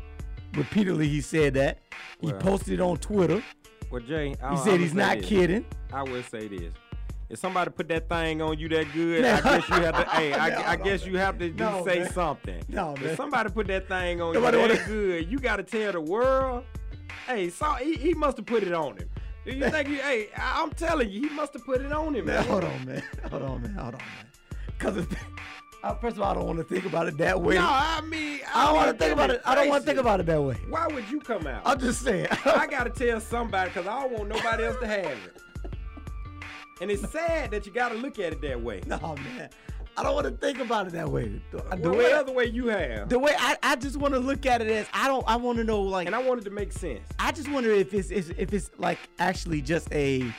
S3: repeatedly he said that he
S5: Well.
S3: posted it on twitter he
S5: Well, Jay, he
S3: said he's not kidding
S5: I will say this. If somebody put that thing on you that good,
S3: (laughs)
S5: I guess you have to. hey, I, I guess you have to just
S3: No,
S5: say
S3: man.
S5: something.
S3: No, man.
S5: If somebody put that thing on
S3: Nobody
S5: you that
S3: wanna-
S5: good, you got to tell the world. Hey, so he, he must have put it on him. Do
S3: (laughs)
S5: you think? He, hey, I, I'm telling you, he must have put it on him.
S3: man
S5: Man.
S3: hold on man hold on man hold on man because first of all i don't want to think about it that way
S5: No, I mean,
S3: i don't want to
S5: mean,
S3: think about it i don't want to think about it that way
S5: Why would you come out?
S3: i'm just saying
S5: I gotta tell somebody because I don't want nobody else to have it. And it's sad that you gotta look at it that way.
S3: (laughs) no man i don't want to think about it that way the, the
S5: Well,
S3: way
S5: what other way you have?
S3: The way I, I just want to look at it as I don't I want to know like
S5: And I wanted to make sense.
S3: I just wonder if it's if, if it's like actually just a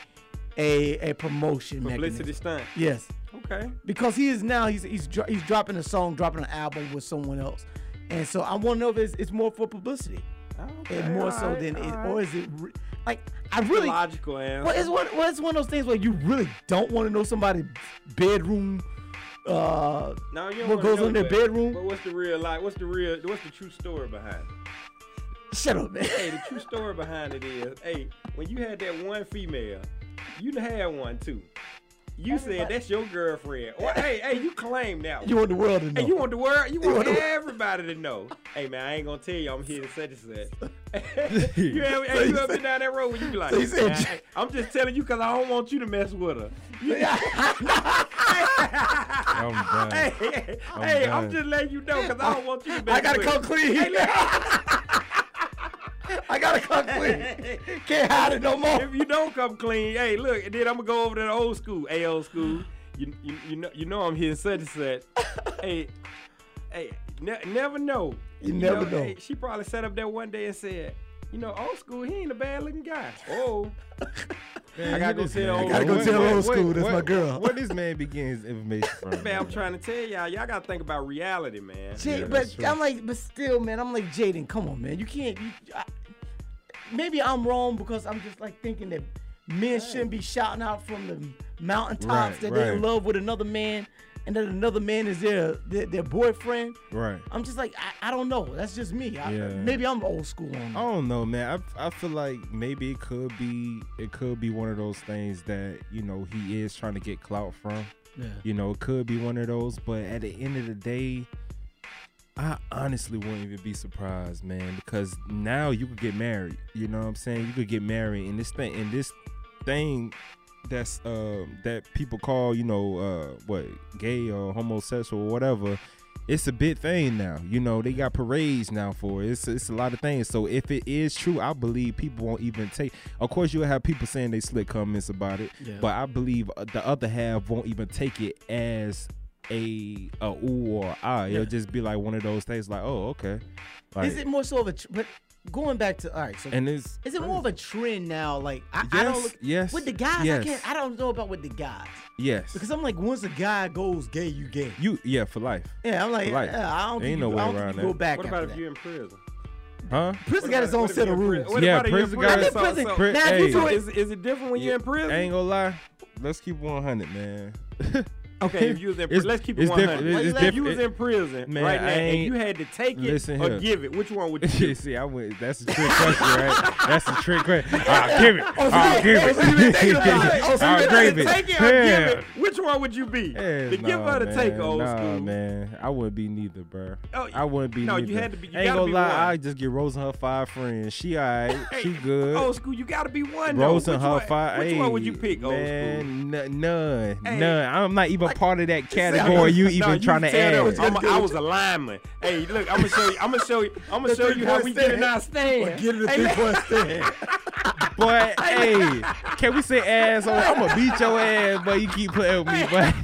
S3: a a promotion
S5: Publicity
S3: mechanism.
S5: stunt.
S3: Yes,
S5: Okay.
S3: because he is now he's he's dro- he's dropping a song, dropping an album with someone else, and so I want to know if it's, it's more for publicity
S5: okay.
S3: and more so
S5: alright,
S3: than it,
S5: alright.
S3: or is it re- like I really
S5: logical answer.
S3: Well, it's one well, it's one of those things where you really don't want to know somebody's bedroom. Uh,
S5: No, you don't
S3: what
S5: wanna
S3: goes
S5: know
S3: on in their
S5: that.
S3: bedroom?
S5: But what's the real like? What's the real? What's the true story behind it?
S3: shut up, man.
S5: Hey, the true story behind it is, hey, when you had that one female, you done had one too. You said that's your girlfriend. Or hey, hey, you claim that
S3: (laughs)
S5: one.
S3: You want the world to know?
S5: Hey, you want the world? You
S3: want
S5: want
S3: the wor-
S5: everybody to know? Hey man, I ain't gonna tell you I'm hitting such and
S3: (laughs)
S5: such. you ever, hey, you
S3: you
S5: ever
S3: said-
S5: been down that road when you be like,
S3: so you said-
S5: "Man, I- I'm just telling you because I don't want you to mess with
S3: (laughs)
S5: her.
S4: I'm done.
S5: (laughs) hey, hey, I'm
S4: done.
S5: just letting you know because I don't want you to mess
S3: I gotta
S5: with
S3: come
S5: her.
S3: clean. (laughs) I gotta come clean.
S5: (laughs)
S3: Can't hide it no more.
S5: If you don't come clean, hey, look, and then I'm gonna go over to the old school. Hey, old school, you you, you know you know I'm hitting such and such.
S3: (laughs)
S5: hey, hey, ne- never know.
S3: You never know.
S5: hey, she probably sat up there one day and said, you know, old school, he ain't a bad looking guy.
S3: (laughs)
S5: Oh, I gotta go tell old.
S3: I gotta go
S5: Wait,
S3: tell
S5: wait,
S3: old
S5: wait,
S3: school, that's my girl.
S4: What this man begins information from?
S5: Man, I'm trying to tell y'all, y'all gotta think about reality, man.
S3: Jay,
S4: Yeah, that's
S3: but
S4: true.
S3: I'm like, but still, man, I'm like, Jaden, come on, man, you can't. You, I, maybe I'm wrong because I'm just like thinking that men shouldn't be shouting out from the mountaintops
S4: Right,
S3: that they're in
S4: right.
S3: love with another man and that another man is their their, their boyfriend.
S4: Right.
S3: I'm just like, I, I don't know. That's just me. I,
S4: Yeah.
S3: Maybe I'm old school on
S4: I
S3: that.
S4: don't know, man. I, I feel like maybe it could be it could be one of those things that you know he is trying to get clout from.
S3: Yeah.
S4: You know, it could be one of those, but at the end of the day, I honestly wouldn't even be surprised, man, because now you could get married. You know what I'm saying? You could get married, and this thing, and this thing that's um that people call you know uh what gay or homosexual or whatever it's a big thing now you know they got parades now for it. it's it's a lot of things so if it is true i believe people won't even take of course you'll have people saying they slick comments about it
S3: Yeah.
S4: but i believe uh, the other half won't even take it as a a ooh or ah it'll just be like one of those things like oh okay like,
S3: Is it more so of a? Tr- but going back to all right, so
S4: and it's
S3: Is it more of a trend now? Like I, I don't
S4: Yes,
S3: look
S4: yes,
S3: with the guys. I
S4: yes.
S3: can't. I don't know about with the guys
S4: yes
S3: because I'm like, once a guy goes gay, you gay.
S4: you yeah for life
S3: Yeah, I'm like,
S4: Right.
S3: yeah, I don't think
S4: Ain't no
S3: you,
S4: way
S3: I don't
S4: around
S3: think you
S4: that.
S3: go back.
S5: What
S3: after
S5: about if
S3: that.
S5: you're in prison?
S4: huh
S3: Prison got
S5: What
S3: its own
S5: about if
S3: set
S5: you're
S3: of
S5: in pri-
S3: rules.
S5: What
S4: Yeah,
S5: about if you're in
S4: prison got
S3: I'm in
S4: its
S5: So-
S3: prison.
S5: so-
S4: pri-
S3: now, if you
S4: hey.
S3: do it,
S5: Is, is it different when you're in prison?
S4: I ain't gonna lie. Let's keep 100, man.
S5: (laughs) Okay, if you was in
S4: It's-
S5: prison, let's keep it
S4: it's
S5: 100.
S4: different.
S5: Like,
S4: It's
S5: if you was
S4: different.
S5: in prison
S4: Man,
S5: right
S4: I
S5: now and
S4: ain't-
S5: you had to take it
S4: Listen
S5: or
S4: here.
S5: give it, which one would you
S4: (laughs) You
S5: do?
S4: See, I went. That's a trick question, right? That's a trick
S5: (laughs)
S4: question. I'll give it. I'll give (laughs)
S3: oh, so you been thinking about it. Oh,
S4: it.
S3: so you
S4: I'll
S3: been
S4: grave it.
S5: Take it or give it.
S4: Yeah.
S5: Which one would you be?
S4: (laughs) Hell
S5: to give
S4: nah,
S5: her the
S4: man.
S5: take old
S4: nah,
S5: school.
S4: man. I wouldn't be neither, bro.
S5: Oh,
S4: I wouldn't be
S5: no, you
S4: neither.
S5: had to be- you
S4: Ain't
S5: gotta
S4: gonna
S5: be
S4: lie,
S5: one.
S4: I just get Rose and her five friends. She
S5: (laughs)
S4: alright.
S5: Hey,
S4: she good.
S5: Old school, you gotta be one. though.
S4: Rose and
S5: Which
S4: her
S5: one-
S4: five.
S5: Which one would you
S4: Hey,
S5: pick? Old school.
S4: man, n- none,
S5: Hey.
S4: none. I'm not even
S5: Like-
S4: part of that
S3: (laughs)
S4: category.
S5: (laughs)
S4: You even
S5: No,
S4: trying to
S5: tell them,
S4: add?
S5: I'm a, I was a lineman. Hey, look, I'm gonna show you. I'm
S3: (laughs)
S5: gonna show you. I'm gonna show you how we get in our stand.
S3: Get in the
S5: Hey,
S3: three
S5: let-
S3: point stand.
S5: (laughs)
S4: But hey, can we say ass? I'm gonna beat your ass, but you keep playing with me.
S5: (laughs)
S4: But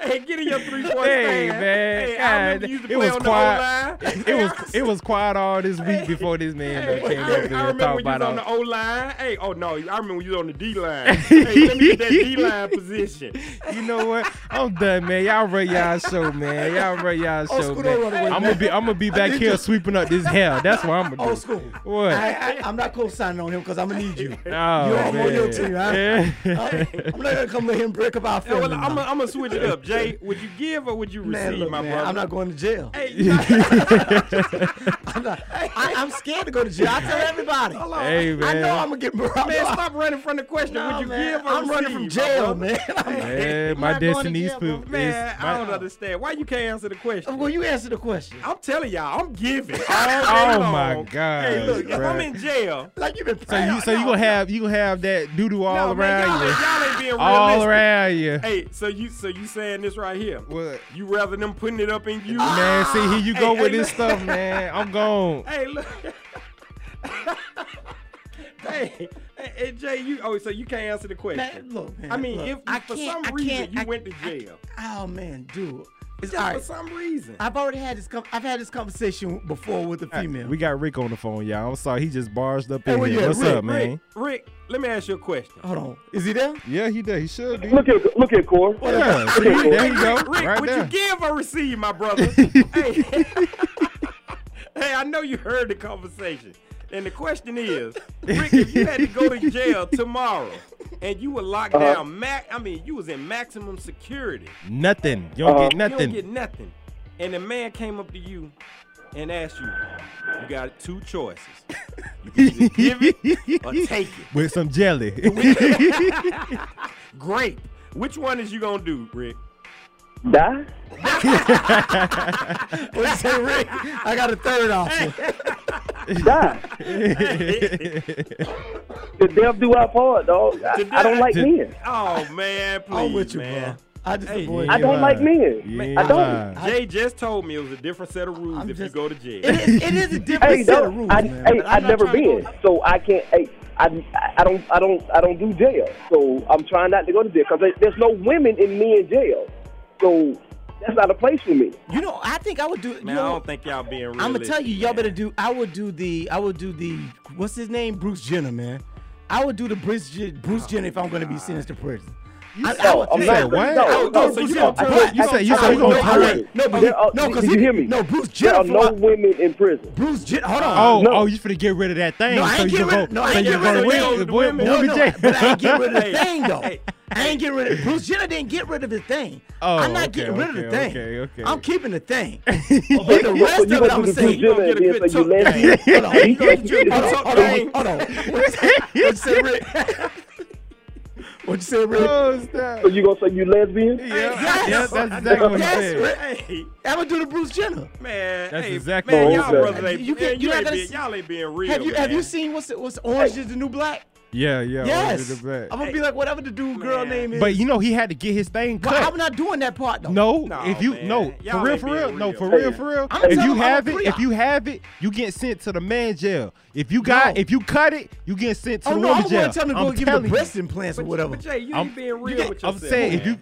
S5: Hey, get in your three point
S4: hey,
S5: stand.
S4: man,
S5: Hey, I
S4: God,
S5: remember you used to
S4: it
S5: play
S4: was
S5: on
S4: quiet.
S5: the O line.
S4: (laughs) It
S5: (laughs)
S4: was it was quiet all this week before this man done
S5: Hey,
S4: came
S5: I,
S4: up there
S5: I
S4: and talked
S5: remember when you was
S4: about
S5: on
S4: all.
S5: the O line. Hey, oh no, I remember when you was on the
S4: (laughs)
S5: D line. hey, let me get that D line position.
S4: You know what? I'm done, man. Y'all run
S5: (laughs)
S4: y'all show, man. Y'all run y'all show,
S3: school don't
S4: man.
S3: run away,
S4: I'm gonna be I'm gonna be back here sweeping up this hell. That's what I'm gonna do.
S3: (laughs) Old school.
S4: What?
S3: I, I, I'm not co-signing on him because I'm gonna need
S5: (laughs)
S3: you.
S4: oh,
S3: you don't want your
S4: man.
S3: team, huh?
S4: Yeah.
S3: I, am not gonna come let him break up our
S5: Yeah,
S3: family.
S5: well, I'm gonna switch
S4: (laughs)
S5: it up. Jay, would you give or would you receive,
S3: man, look,
S5: my
S3: man,
S5: brother?
S3: I'm not going to jail.
S5: Hey, (laughs) you not-
S3: I'm
S5: (laughs)
S3: not. I, I'm scared to go to jail. I tell everybody.
S4: Hey,
S3: I
S4: man.
S3: know I'm gonna get bro.
S4: (laughs)
S5: man, stop running from the question.
S3: Nah,
S5: would you
S3: man,
S5: give or
S3: I'm running from
S5: receive, my
S3: jail,
S5: brother?
S3: man. (laughs) I'm like,
S4: Yeah,
S3: I'm
S4: my
S3: not going to
S4: destiny's
S3: jail, bro.
S4: poop.
S5: Man,
S4: It's
S5: I
S4: my-
S5: don't understand. Why you can't answer the question?
S3: Well, you answer the question.
S5: I'm telling y'all,
S4: (laughs)
S5: I'm giving.
S4: Oh, my God,
S5: Hey, look, if I'm
S4: bruh.
S5: in jail,
S3: Like you've been.
S4: So you so you gonna have you gonna have that doodoo all
S5: no,
S4: around
S5: man, y'all,
S4: you.
S5: ain't- y'all ain't being
S4: all
S5: realistic.
S4: around you.
S5: Hey, so you so you saying this right here?
S4: What?
S5: You rather them putting it up in you?
S4: Man, see here you
S5: Hey,
S4: go
S5: hey,
S4: with this
S5: look.
S4: stuff, man. I'm gone.
S5: Hey, look. (laughs) hey, hey, hey, Jay, you. Oh, so you can't answer the question.
S3: Man, look, man,
S5: I mean,
S3: look,
S5: if
S3: I
S5: for some
S3: can't- I
S5: reason
S3: can't-
S5: you
S3: I-
S5: went to jail,
S3: Oh man, dude. It's
S5: just
S3: all
S5: for
S3: right.
S5: some reason.
S3: I've already had this. Com- I've had this conversation before with a female.
S4: We got Rick on the phone, y'all. I'm sorry, he just barged up
S3: Hey,
S4: in
S3: where
S4: here.
S3: you at,
S4: What's
S3: Rick?
S4: up, man?
S5: Rick, Rick, let me ask you a question.
S3: Hold on. Is he there?
S4: Yeah, he does. He should be.
S2: Look at look at Core.
S4: yeah, see, there you go.
S5: Rick, Rick,
S4: right
S5: would
S4: there.
S5: you give or receive, my brother? hey. (laughs) hey, I know you heard the conversation. And the question is, Rick, if you had to go to jail tomorrow and you were locked down, mac I mean, you was in maximum security.
S4: nothing. You
S9: Uh,
S4: don't get
S5: You
S4: nothing.
S5: don't get nothing. And the man came up to you and asked you, you got two choices. You can either give it or take it.
S4: (laughs) With some jelly.
S5: Great. Which one is you gonna do, Rick?
S9: Die?
S3: What say, Rick? I got a third option. (laughs)
S9: Die. The death do our part, dog. I, I don't like
S4: The-
S9: men.
S5: (laughs) Oh man, please.
S3: I'm with you,
S5: man.
S3: bro. I just
S5: Hey,
S3: avoid.
S9: I
S3: you.
S4: (laughs)
S9: don't like men.
S4: Yeah,
S9: I don't.
S5: Jay just told me it was a different set of rules
S3: I'm
S5: if
S3: just-
S5: you go to jail.
S3: It is, it is a different
S9: Hey,
S3: set
S9: no,
S3: of rules,
S9: I,
S3: man.
S9: hey,
S3: but I'm
S9: I've
S3: not
S9: never
S3: trying to go
S9: been,
S3: there.
S9: so I can't. Hey, I, I don't, I don't, I don't do jail. So I'm trying not to go to jail because there's no women in me in jail. So that's not a place for me.
S3: You know, I think I would do. it. you
S5: man, I
S3: know,
S5: don't think y'all being real.
S3: I'm gonna tell you, y'all better do. I would do the. I would do the. What's his name? Bruce Jenner, man. I would do the Bruce Jen- Bruce Jenner if I'm gonna be sentenced to prison. I, I
S9: No,
S3: would-
S9: I'm
S4: you
S9: not.
S4: said what?
S9: No,
S5: Oh,
S9: no,
S5: so you
S9: no,
S5: gonna
S9: I-
S5: turn-
S9: I-
S4: you said- you
S9: I-
S4: said you
S9: I-
S4: gonna
S9: I-
S4: turn-
S9: I-
S3: No, but
S9: there are-
S3: no, because
S9: did
S3: he-
S9: you hear me?
S3: no, Bruce
S9: There are
S3: Jenner
S9: no
S3: from-
S9: women in prison.
S3: Bruce Jenner. Hold on.
S4: Oh,
S9: No.
S4: oh, you finna get rid of that thing.
S3: No, I
S4: so
S3: ain't
S4: you
S3: getting
S4: go,
S3: rid- no, I
S4: so
S3: ain't
S4: you
S3: getting rid
S4: go
S3: of the
S4: win- win-
S5: women.
S4: win-
S3: No,
S4: win-
S3: no,
S4: Jay.
S3: but I ain't get rid
S4: (laughs)
S3: of the
S5: Hey,
S3: thing though.
S5: hey.
S3: I ain't get rid of Bruce Jenner didn't get rid of the thing.
S4: Oh,
S3: I'm not
S4: okay,
S3: getting rid of the
S4: okay,
S3: thing.
S4: okay, okay.
S3: I'm keeping the
S4: (laughs)
S3: thing. but the
S9: So
S3: rest
S9: you
S3: of it,
S9: went
S3: I'm
S9: to
S3: gonna
S9: the
S3: say.
S5: you
S9: Bruce Jenner
S5: gonna
S9: and
S5: get a
S9: then
S5: good
S9: say you
S5: toe
S9: lesbian.
S3: Hold on,
S9: You gonna get a
S3: hold
S9: toe
S3: on, hold on, hold
S4: (laughs)
S3: on. What you say, Rick? What you say, Rick?
S4: Oh, snap.
S9: So you gonna say you lesbian?
S4: Yeah,
S3: (laughs) Yes.
S4: yeah, that's exactly what he
S3: Yes,
S4: said.
S3: Rick.
S5: Hey,
S3: I'm gonna do the Bruce Jenner.
S5: man,
S4: That's
S5: hey,
S4: exactly
S5: man,
S9: what
S5: y'all
S9: he said.
S5: brothers ain't,
S3: You
S5: you,
S3: can't- you're
S5: man, you
S3: not
S5: ain't
S3: gonna
S5: being,
S3: see-
S5: y'all ain't being real.
S3: Have you have you
S5: man.
S3: seen what's what's Orange is the New Black?
S4: Yeah, yeah.
S3: Yes.
S4: Orange is the
S3: I'm
S4: Black.
S3: gonna be like whatever the dude girl
S5: Man.
S3: name is.
S4: But you know he had to get his thing
S3: But
S4: cut.
S3: I'm not doing that part though.
S4: No,
S5: No,
S4: if you
S5: man.
S4: no
S5: Y'all
S4: for real,
S5: ain't
S4: for
S5: being
S4: real, no
S5: real.
S4: for
S5: Hey,
S4: real, for real.
S3: I'm
S4: If
S3: telling
S4: you
S3: you, I'm a
S4: have it,
S3: pre-op.
S4: if you have it, you get sent to the man jail. If you got,
S3: No.
S4: if you cut it, you get sent to
S3: Oh
S4: the
S3: no,
S4: woman
S3: I'm
S4: jail.
S3: gonna tell him to go
S4: I'm
S3: give him
S4: telling
S3: the
S4: you.
S3: breast implants or
S5: But-
S3: whatever.
S5: But Jay, you
S4: I'm-
S5: ain't being real
S4: get-
S5: with
S4: I'm
S5: yourself.
S4: saying, if
S5: man. you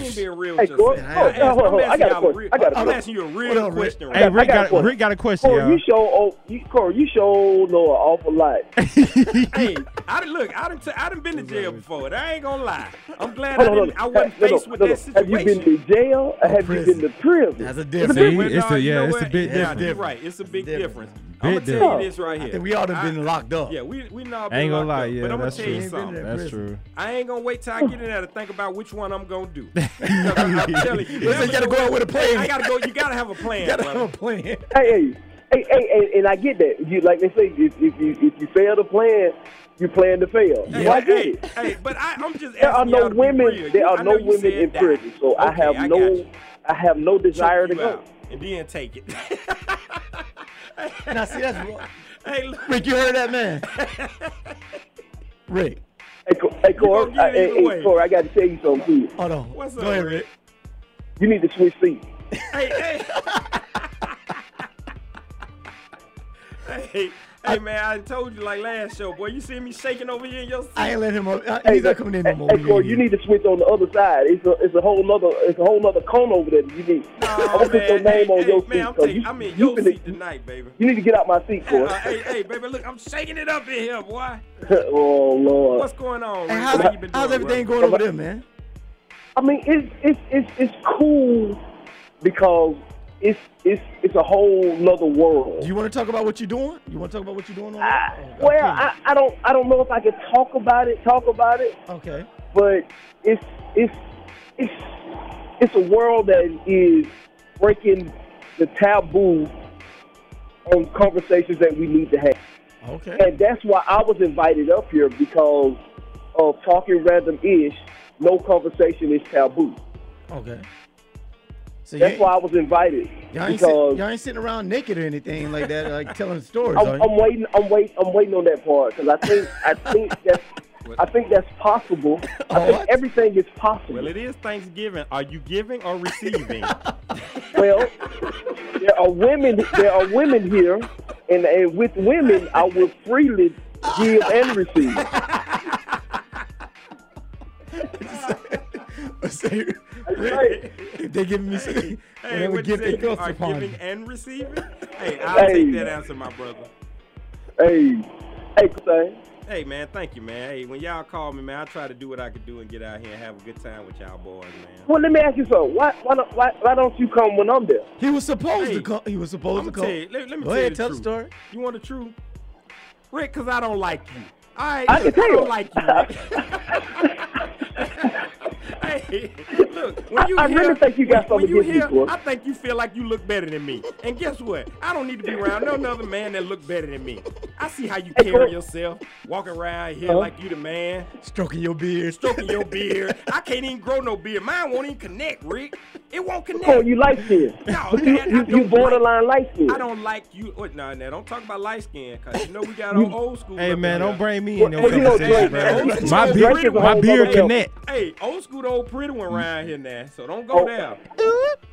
S5: ain't being real
S9: Hey,
S5: with yourself.
S9: Cor-
S3: Oh,
S5: I'm
S9: Cor-
S5: asking-
S9: hold on, hold on. I
S5: I'm
S9: got a
S5: asking y'all a
S9: question.
S5: real-
S9: I got a
S5: I'm
S9: question.
S5: asking you a
S3: Hold
S5: real
S3: on, Rick.
S5: question.
S4: Hey,
S5: right
S4: Rick
S9: I got a
S4: got,
S9: question.
S4: Rick got a question,
S9: Corey,
S4: y'all.
S9: you show oh, you, Corey, you show know an awful lot.
S5: Hey, I done, look, I done, t- I done been to jail before. and I ain't gonna lie. I'm glad I,
S9: Hold on,
S5: didn't,
S9: hold on.
S5: I wasn't
S9: No, no,
S5: faced with
S9: no,
S5: that
S9: no. Have you
S5: situation.
S9: been to jail or have you been
S3: prison.
S9: to prison?
S3: That's a
S9: It's
S3: difference.
S4: See,
S5: Well,
S4: it's
S5: no,
S4: a
S5: you
S4: yeah,
S5: know
S4: it's a
S5: what?
S4: big
S5: Yeah, you're
S4: difference.
S5: right. It's a big difference.
S3: difference.
S5: I'm
S4: Big
S5: gonna tell
S9: difference.
S5: you this right here.
S3: Think we all done been locked up. (laughs)
S5: Yeah, we we know.
S4: I ain't gonna lie,
S5: up,
S4: yeah,
S5: but I'm gonna
S4: that's
S5: tell
S4: true.
S5: you something.
S4: That's
S3: prison.
S4: true.
S5: I ain't gonna wait till I get in there to think about which one I'm gonna do. 'Cause
S4: (laughs)
S5: I'm I'm telling you,
S3: Listen, you gotta go out with a plan. (laughs)
S5: I gotta go. You gotta have a plan.
S3: gotta
S5: brother.
S3: have a plan.
S9: hey, hey, hey, hey, and, and I get that. You like they say, if, if you if you fail to plan,
S10: you plan to fail.
S5: Hey,
S10: So I
S5: hey,
S10: get
S5: hey,
S10: it.
S5: hey, but I, I'm just asking
S10: There are
S5: y'all
S10: no
S5: to be real.
S10: women.
S5: You-
S10: There
S5: I
S10: are
S5: know
S10: no
S5: you
S10: women
S5: said
S10: in
S5: that.
S10: prison, so I
S5: Okay,
S10: have
S5: I got
S10: no.
S5: you.
S10: I have
S3: (laughs)
S10: no desire to
S5: Choke you
S10: go.
S5: out and then take it. (laughs)
S3: Now, see, that's wrong.
S5: hey, look,
S3: Rick, you heard that (laughs) man. Rick,
S10: Hey, Co- hey, Cor,
S5: gonna
S10: I,
S5: get it
S10: hey,
S5: either way.
S10: hey, Cor, I got to tell you something. Please.
S3: hold on.
S5: What's
S3: Go
S5: up,
S3: ahead,
S5: Rick?
S3: Rick.
S10: You need to switch seats.
S5: hey, hey. hey, hey, man, I told you like last show, boy. You see me shaking over here in your seat.
S3: I ain't letting him up. Uh,
S10: Hey,
S3: He's not
S10: but-
S3: coming in
S10: hey,
S3: no more.
S10: hey,
S3: We
S10: Cor,
S3: ain't
S10: you
S3: here.
S10: need to switch on the other side. It's a, it's a whole nother, it's a whole nother cone over there. that You need. I'm
S5: Oh,
S10: gonna put your
S5: man.
S10: name
S5: hey,
S10: on
S5: hey,
S10: your seat.
S5: man, I'm,
S10: 'cause
S5: taking,
S10: you,
S5: I'm in
S10: you
S5: your
S10: finna-
S5: seat
S10: (laughs)
S5: tonight, baby.
S10: You need to get out my seat,
S3: (laughs)
S10: Cor.
S5: Uh,
S3: Oh,
S5: hey, hey, baby, look, I'm shaking it up in here, boy.
S10: (laughs) oh Lord.
S5: What's going on?
S3: Hey,
S5: Rick?
S3: how's,
S5: How you been
S3: how's
S5: doing,
S3: everything
S5: bro?
S3: going over there, man?
S10: I mean, it's it's it's it's cool because it's it's it's a whole nother world.
S3: Do you want to talk about what you're doing? You want to talk about what you're doing? On
S10: I, Ah,
S3: oh,
S10: well, I, I don't I don't know if I can talk about it, talk about it,
S3: okay. okay.
S10: but it's it's it's it's a world that is breaking the taboo on conversations that we need to have.
S3: Okay.
S10: And that's why I was invited up here because of talking random ish, no conversation is taboo.
S3: Okay. So
S10: That's
S3: you,
S10: why I was invited.
S3: y'all, ain't sit,
S10: because
S3: y'all ain't sitting around naked or anything like that, like telling stories.
S10: I'm,
S3: are you?
S10: I'm waiting. I'm waiting. I'm waiting on that part because I think I think
S3: (laughs)
S10: that's I think that's possible. I think
S3: What?
S10: everything is possible.
S5: Well, it is Thanksgiving. Are you giving or (laughs) receiving?
S10: Well, there are women. There are women here, and, and with women, I will freely give and receive.
S3: (laughs) Say,
S10: right.
S3: if (laughs) they giving me
S5: hey, hey,
S3: whatever
S5: what you
S3: gift they
S5: say? You
S3: thrust
S5: are
S3: upon
S5: giving
S3: me.
S5: and receiving? Hey, I'll
S10: Hey.
S5: take that answer, my brother.
S10: Hey, hey, thing.
S5: Hey, man, thank you, man. Hey, when y'all call me, man, I try to do what I can do and get out here and have a good time with y'all boys, man.
S10: Well, let me ask you something. Why why don't, why, why don't you come when I'm there?
S3: He was supposed
S5: Hey,
S3: to come. He was supposed
S5: I'm
S3: to
S5: gonna
S3: come.
S5: tell you. Let, let me
S3: Go
S5: tell
S3: ahead,
S5: you the
S3: tell the
S5: truth.
S3: story.
S5: You want the truth, Rick? Cause I don't like you. I,
S10: I can
S5: look, I
S10: tell.
S5: don't like you. Rick. (laughs) hey, look. When you
S10: I- I
S5: hear,
S10: really think you got
S5: when, when
S10: something
S5: you
S10: against me,
S5: hear,
S10: Corey.
S5: I think you feel like you look better than me. And guess what? I don't need to be around no other man that look better than me. I see how you
S10: Hey,
S5: carry
S10: Corey.
S5: yourself, walking around here like you the man,
S3: Stroking your beard.
S5: stroking your beard. I can't even grow no beard. Mine won't even connect, Rick. It won't connect.
S10: Oh, you light skinned.
S5: No,
S10: you,
S5: man, I
S10: you, you
S5: don't
S10: borderline light skinned.
S5: I don't like you. Wait, no, no, don't talk about light skin, cause you know we got old, old school.
S4: Hey
S5: up
S4: man,
S5: in
S4: don't
S5: here.
S4: bring me in
S10: Well,
S4: your
S10: hey, you know,
S4: conversation,
S5: Drake-
S4: bro.
S5: Drake-
S4: My
S5: Drake is
S4: beard,
S5: a
S4: my
S10: whole
S4: beard
S10: other level.
S4: connect.
S5: Hey, old school, to old pretty one around here now. So don't go
S10: Oh.
S5: down.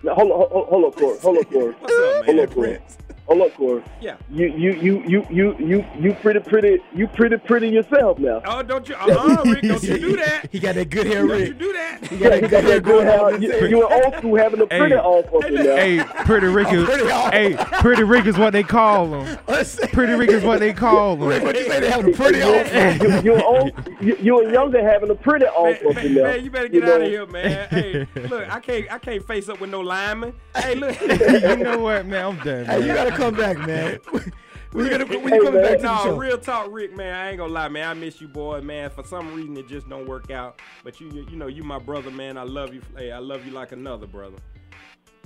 S10: Now, hold on, hold, hold up, Corey. Hold up, Corey.
S5: What's up,
S10: Hold
S5: man?
S10: up, Corey. Hold up, Corey.
S5: Yeah.
S10: You you you you you you you pretty pretty you pretty pretty yourself now.
S5: Oh, don't you? Uh,
S3: (laughs)
S5: uh Rick, don't you do that?
S3: He got that good hair,
S5: Don't you
S3: Rick.
S5: do that?
S3: He got that good hair going on.
S10: you, you an old school having a pretty
S4: Hey.
S10: off of you now.
S4: Hey,
S3: (laughs)
S4: pretty Rick is
S3: pretty hard.
S4: hey, pretty Rick is what they call him. Pretty Rick is what they call
S3: Rick,
S4: him.
S3: what you say? They having a pretty old.
S10: you, you, an old, you, you and younger having a pretty off
S5: Man,
S10: of you
S5: man,
S10: now.
S5: man, you better get
S10: know?
S5: out
S3: (laughs)
S5: of here, man. Hey, look, I can't, I can't face up with no lineman. Hey, look.
S3: (laughs)
S4: You know what, man? I'm done.
S3: Hey,
S4: Man.
S3: you gotta come back,
S5: (laughs)
S3: man. when you gonna when
S10: Hey,
S3: you
S10: man.
S3: coming back to the
S5: No,
S3: show?
S5: real talk, Rick, man. I ain't gonna lie, man. I miss you, boy, man. For some reason, it just don't work out. But you, you, you know, you my brother, man. I love you. Hey, I love you like another brother.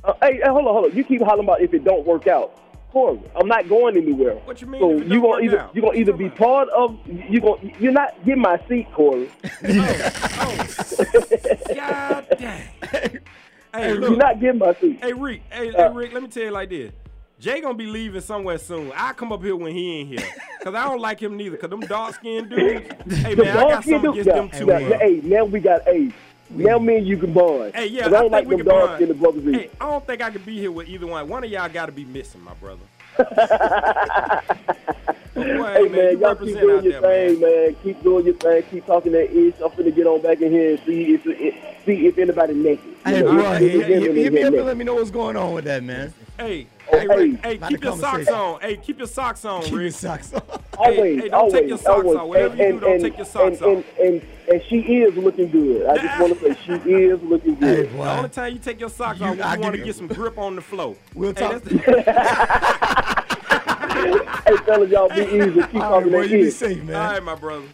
S10: Uh, hey, hey, hold on, hold on. You keep hollering about if it don't work out. Corey, I'm not going anywhere.
S5: What you mean
S10: So
S5: if it
S10: you
S5: don't
S10: gonna
S5: work
S10: either
S5: out?
S10: you
S5: What
S10: gonna
S5: you
S10: either
S5: talking
S10: be
S5: about?
S10: part of you gonna you're not getting my seat, Corey.
S5: Oh, God dang. Hey,
S10: You're
S5: look.
S10: not getting my Uh. seat.
S5: Hey, Rick. Hey, hey, Rick. Let me tell you like this. Jay gonna be leaving somewhere soon. I come up here when he ain't here, cause I don't like him neither. Cause them dark
S10: (laughs)
S5: skinned dudes. Hey
S10: The
S5: man, I got
S10: bond
S5: something
S10: you
S5: against
S10: do-
S5: them
S10: yeah,
S5: too.
S10: yeah,
S5: man.
S10: yeah, hey, now we got hey. Now me and you can bond.
S5: Hey, yeah,
S10: 'Cause I don't
S5: think
S10: like
S5: we
S10: them
S5: can
S10: dark
S5: bond.
S10: skinny brothers. either.
S5: Hey, I don't think I could be here with either one. One of y'all got to be missing, my
S10: (laughs)
S5: brother.
S10: Hey
S5: Boy,
S10: man,
S5: man, you
S10: y'all keep
S5: represent out
S10: doing your
S5: there,
S10: thing,
S5: man.
S10: man. Keep doing your thing. Keep talking that ish. I'm finna get on back in here and see if if- see if anybody naked. You
S3: (laughs) Hey,
S10: know,
S3: bro,
S10: if the
S3: hit, hit-
S10: women
S3: hit
S10: is
S3: me up
S10: naked.
S3: and let me know what's going on with that, man.
S5: Hey,
S10: Oh,
S5: hey,
S10: hey,
S5: Rick, hey,
S3: about
S5: keep
S3: the
S5: your socks
S3: conversation.
S5: on. Hey, keep your socks on,
S3: Keep your (laughs)
S5: Rick.
S3: socks on.
S10: Always,
S5: hey, don't
S10: always,
S5: take your socks
S10: always.
S5: off. Whatever
S10: and,
S5: you do,
S10: and,
S5: don't
S10: and,
S5: take your socks
S10: and, and,
S5: off.
S10: And, and, and she is looking good. I just want to say she is looking
S3: Hey,
S10: good.
S5: The only
S3: boy.
S5: time you take your socks
S3: You-
S5: off,
S3: I
S5: is you want to
S3: give you-
S5: get some grip on the flow.
S3: We'll
S5: Hey,
S3: talk.
S5: (laughs) that's-
S10: Hey, fellas, y'all be easy. Keep
S3: All right,
S10: talking
S3: boy,
S10: that
S3: you be
S10: ish.
S3: safe, man.
S5: All right, my brother.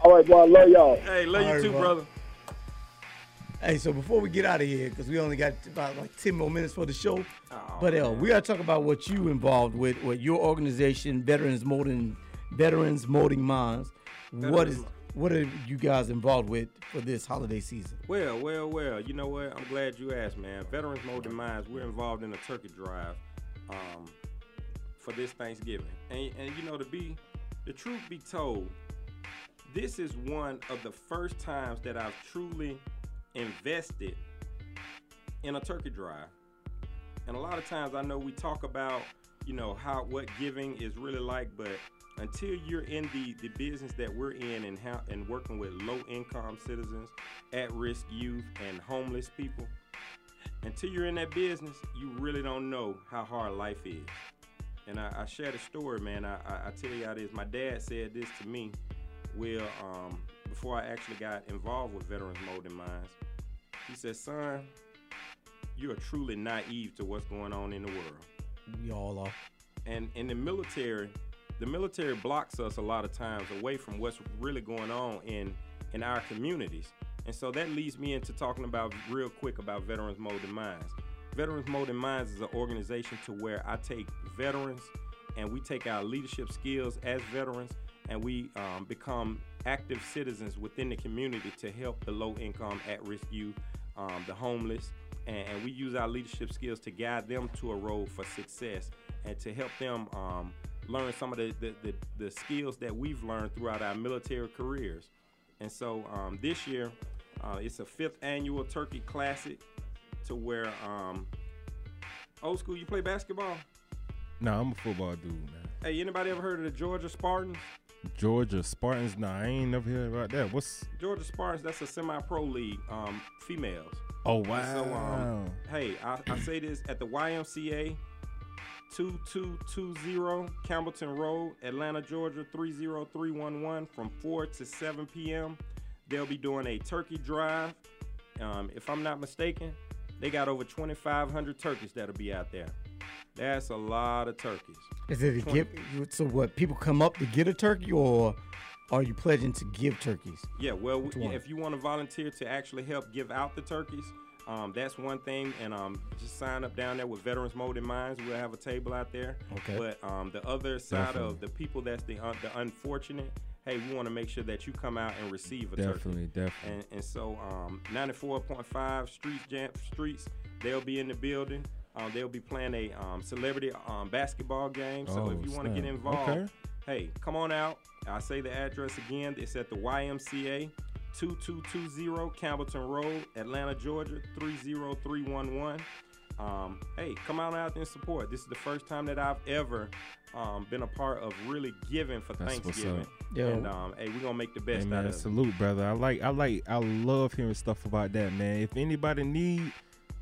S10: All right, boy, I love y'all.
S5: Hey, love
S3: All
S5: you
S3: right,
S5: too,
S3: bro.
S5: brother.
S3: Hey, so before we get out of here, because we only got about like 10 more minutes for the show, but uh, we got to talk about what you involved with, with your organization, Veterans Molding, Veterans Molding Minds. what is what are you guys involved with for this holiday season?
S5: Well, well, well. You know what? I'm glad you asked, man. Veterans Molded Minds, we're involved in a turkey drive um, for this Thanksgiving. And, and you know, to be the truth be told, this is one of the first times that I've truly invested in a turkey drive. And a lot of times I know we talk about, you know, how what giving is really like, but until you're in the the business that we're in and how and working with low income citizens, at risk youth and homeless people, until you're in that business, you really don't know how hard life is. And I, I shared a story, man. I, I, I tell you how it is. My dad said this to me. Well, um, before I actually got involved with Veterans Molding Minds, he said, "Son, you are truly naive to what's going on in the world."
S3: We all are.
S5: and in the military the military blocks us a lot of times away from what's really going on in in our communities and so that leads me into talking about real quick about veterans molded minds veterans molded minds is an organization to where i take veterans and we take our leadership skills as veterans and we um, become active citizens within the community to help the low income at risk youth um, the homeless and, and we use our leadership skills to guide them to a road for success and to help them um, learn some of the, the, the, the skills that we've learned throughout our military careers. And so um, this year, uh, it's a fifth annual Turkey Classic to where um, old school, you play basketball.
S4: Nah, I'm a football dude, man.
S5: Hey, anybody ever heard of the Georgia Spartans?
S4: Georgia Spartans. Nah, I ain't never heard about that. What's?
S5: Georgia Spartans, that's a semi pro league, um, females.
S4: Oh
S5: So,
S4: wow.
S5: um, hey, I, I say this at the YMCA 2220 Campbellton Road, Atlanta, Georgia 30311 from 4 to 7 p.m. They'll be doing a turkey drive. Um, if I'm not mistaken, they got over 2,500 turkeys that'll be out there. That's a lot of turkeys.
S3: Is it a gift? So what? People come up to get a turkey, or are you pledging to give turkeys?
S5: Yeah, well, we-
S3: one?
S5: if you want to volunteer to actually help give out the turkeys, um, that's one thing. And um, just sign up down there with Veterans Molded Minds. We'll have a table out there.
S3: Okay.
S5: But um, the other side of the people that's the un- the unfortunate, hey, we want to make sure that you come out and receive a
S4: Definitely,
S5: turkey.
S4: definitely.
S5: And, and so, um, 94.5 Streets Jam Streets, they'll be in the building. Um, they'll be playing a um, celebrity um, basketball game. So
S4: Oh,
S5: if you want to
S4: snap.
S5: get involved,
S4: Okay.
S5: hey, come on out. I say the address again. It's at the YMCA, 2220 Campbellton Road, Atlanta, Georgia, 30311. Um, hey, come on out and support. This is the first time that I've ever um, been a part of really giving for
S4: That's what's
S5: Thanksgiving.
S4: up.
S3: Yo.
S5: And um, hey, we're gonna make the best
S4: Hey,
S5: out
S4: man,
S5: of it.
S4: salute, brother. I like, I like, I love hearing stuff about that, man. If anybody need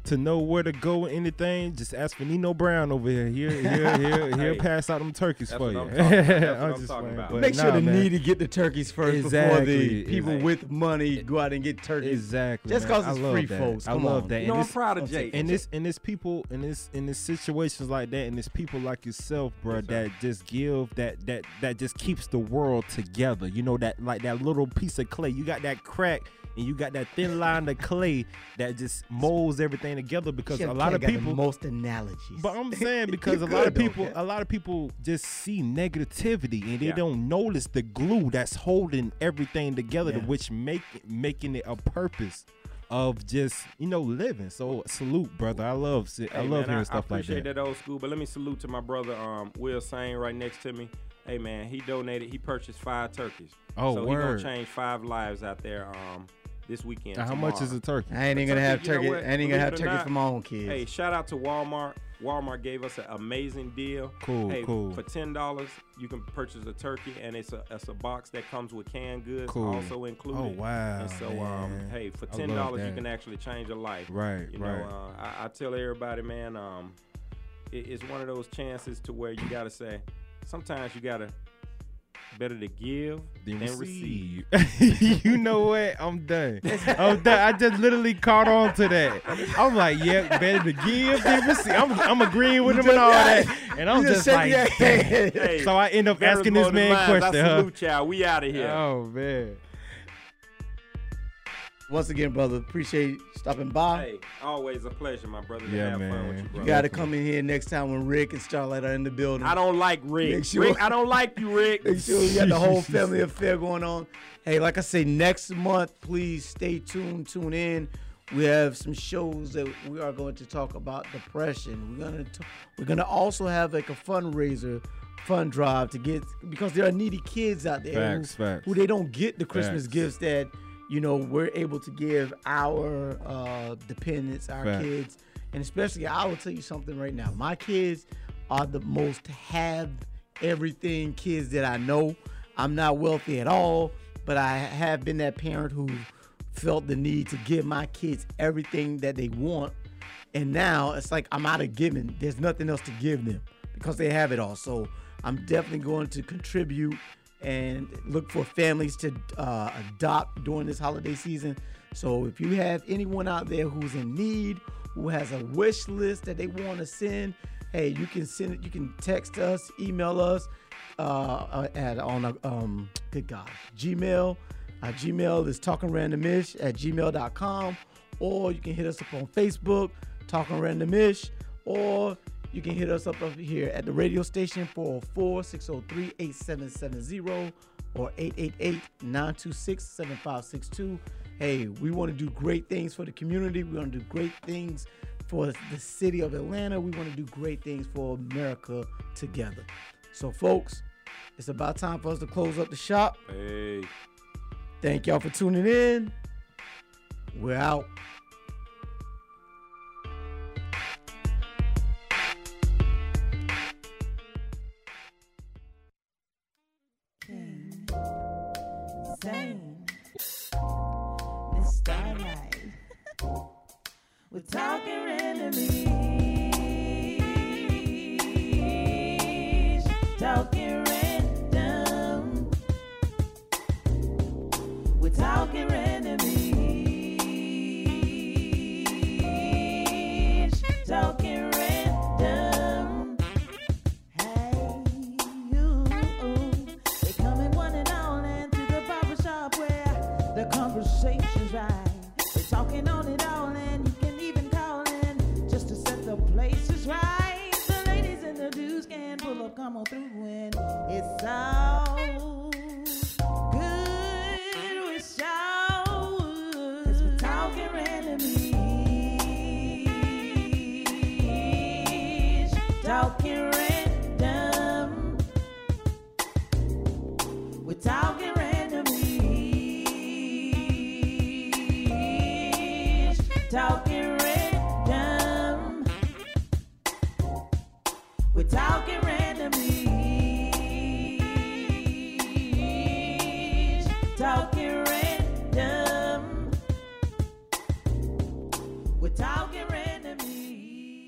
S4: to know where to go or anything, just ask for Nino Brown over here. Here, here, here,
S5: (laughs)
S4: here.
S5: Hey,
S4: pass out them turkeys
S5: that's
S4: for
S5: what
S4: you.
S5: I'm talking about.
S4: (laughs)
S5: That's what
S4: I'm
S5: I'm
S4: just
S5: talking
S4: playing,
S5: about.
S4: but
S3: Make sure
S4: nah,
S3: the
S4: man.
S3: needy get the turkeys first before
S4: Exactly,
S3: the people
S4: exactly.
S3: with money go out and get turkeys.
S4: Exactly.
S3: Just
S4: man.
S3: cause
S4: I
S3: it's
S4: love
S3: free,
S4: that.
S3: folks.
S4: I
S3: Come
S4: love
S3: on.
S4: that.
S5: You know,
S4: And
S5: I'm
S4: it's-
S5: proud of Jake.
S4: And it's and it's people and it's in it's situations like that and it's people like yourself, bro, that just give that that that just keeps the world together. You know that like that little piece of clay. You got that crack and you got that thin line of clay that just molds everything together because
S3: Chef
S4: a lot
S3: Ken
S4: of
S3: got the
S4: people
S3: most analogies. (laughs)
S4: but I'm saying because a
S3: You're
S4: lot
S3: good,
S4: of
S3: though,
S4: people,
S3: Ken.
S4: a lot of people just see negativity and they
S5: Yeah.
S4: don't notice the glue that's holding everything together, to
S3: Yeah.
S4: which make making it a purpose of just you know living. So salute, brother. I love si- I
S5: Hey,
S4: love
S5: man,
S4: hearing stuff
S5: I
S4: like
S5: appreciate
S4: that.
S5: that. old school, but let me salute to my brother um, Will Sane right next to me. Hey man, he donated. He purchased five turkeys.
S4: Oh,
S5: so
S4: word.
S5: he gonna change five lives out there um, this weekend.
S4: Now, how much
S5: tomorrow.
S4: is a turkey?
S3: I ain't even gonna have
S5: you know
S3: turkey.
S5: what?
S3: I ain't even gonna have
S5: Believe it or
S3: turkeys
S5: not,
S3: for my own kids.
S5: Hey, shout out to Walmart. Walmart gave us an amazing deal.
S4: Cool,
S5: hey,
S4: cool.
S5: For ten dollars, you can purchase a turkey, and it's a it's a box that comes with canned goods
S4: Cool.
S5: also included.
S4: Oh, wow,
S5: And so,
S4: man.
S5: um, hey, for
S4: I love
S5: ten dollars, you
S4: that.
S5: can actually change a life.
S4: Right,
S5: You
S4: right.
S5: know, uh, I, I tell everybody, man, um, it, it's one of those chances to where you gotta say, sometimes you gotta better to give
S4: Then
S5: than receive.
S4: receive. you know what? I'm done. I'm done. I just literally caught on to that. I'm like, yeah, better to give than receive. I'm, I'm agreeing with him and all that, and I'm
S3: You just
S4: just
S3: shake
S4: like, (laughs)
S3: your
S4: damn.
S3: head.
S5: Hey,
S4: (laughs) So I end up
S5: Veterans
S4: asking this
S5: Molded
S4: man Oh,
S5: Minds,
S4: question,
S5: I
S4: huh?
S5: salute y'all. We out of here.
S4: Oh man.
S3: Once again, brother, appreciate you stopping by.
S5: Hey, always a pleasure, my brother. To
S4: Yeah,
S5: have fun
S4: man.
S5: with you,
S3: You
S5: bro.
S3: gotta come in here next time when Rick and Starlight are in the building.
S5: I don't like Rick.
S3: Make sure-
S5: Rick, I don't like you, Rick.
S3: Make
S4: (laughs)
S5: (laughs)
S3: sure we got the whole family affair going on. Hey, like I say, next month, please stay tuned, tune in. We have some shows that we are going to talk about depression. We're gonna t- we're gonna also have like a fundraiser, fund drive to get because there are needy kids out there
S4: Facts,
S3: who,
S4: facts.
S3: who they don't get the Christmas
S4: Facts.
S3: gifts that you know we're able to give our uh, dependents, our
S4: Facts.
S3: kids, and especially I will tell you something right now. My kids are the most have everything kids that I know. I'm not wealthy at all, but I have been that parent who felt the need to give my kids everything that they want. And now it's like I'm out of giving. There's nothing else to give them because they have it all. So I'm definitely going to contribute and look for families to uh, adopt during this holiday season. So if you have anyone out there who's in need, who has a wish list that they want to send, hey, you can send it. You can text us, email us uh, uh, at on a, um, good God, Gmail. Our Gmail is talkingrandomish at gmail.com, or you can hit us up on Facebook, Talking Randomish, or you can hit us up up here at the radio station 404 603 8770 or 888 926 7562. Hey, we want to do great things for the community. We want to do great things for the city of Atlanta. We want to do great things for America together. So, folks, it's about time for us to close up the shop.
S5: Hey,
S3: Thank y'all for tuning in. We're out.
S9: Same. Miss Starlight. We're talking randomly. Talking random. We're talking randomly. Talking random. Hey, you. They come in one and all and to the barber shop where the conversation's right. They're talking on it all and you can even call in just to set the places right. The ladies and the dudes can pull up, come on through and it's all good with y'all. Cause we're talking randomly. Talking random. We're talking randomly. Talking random. We're talking randomly.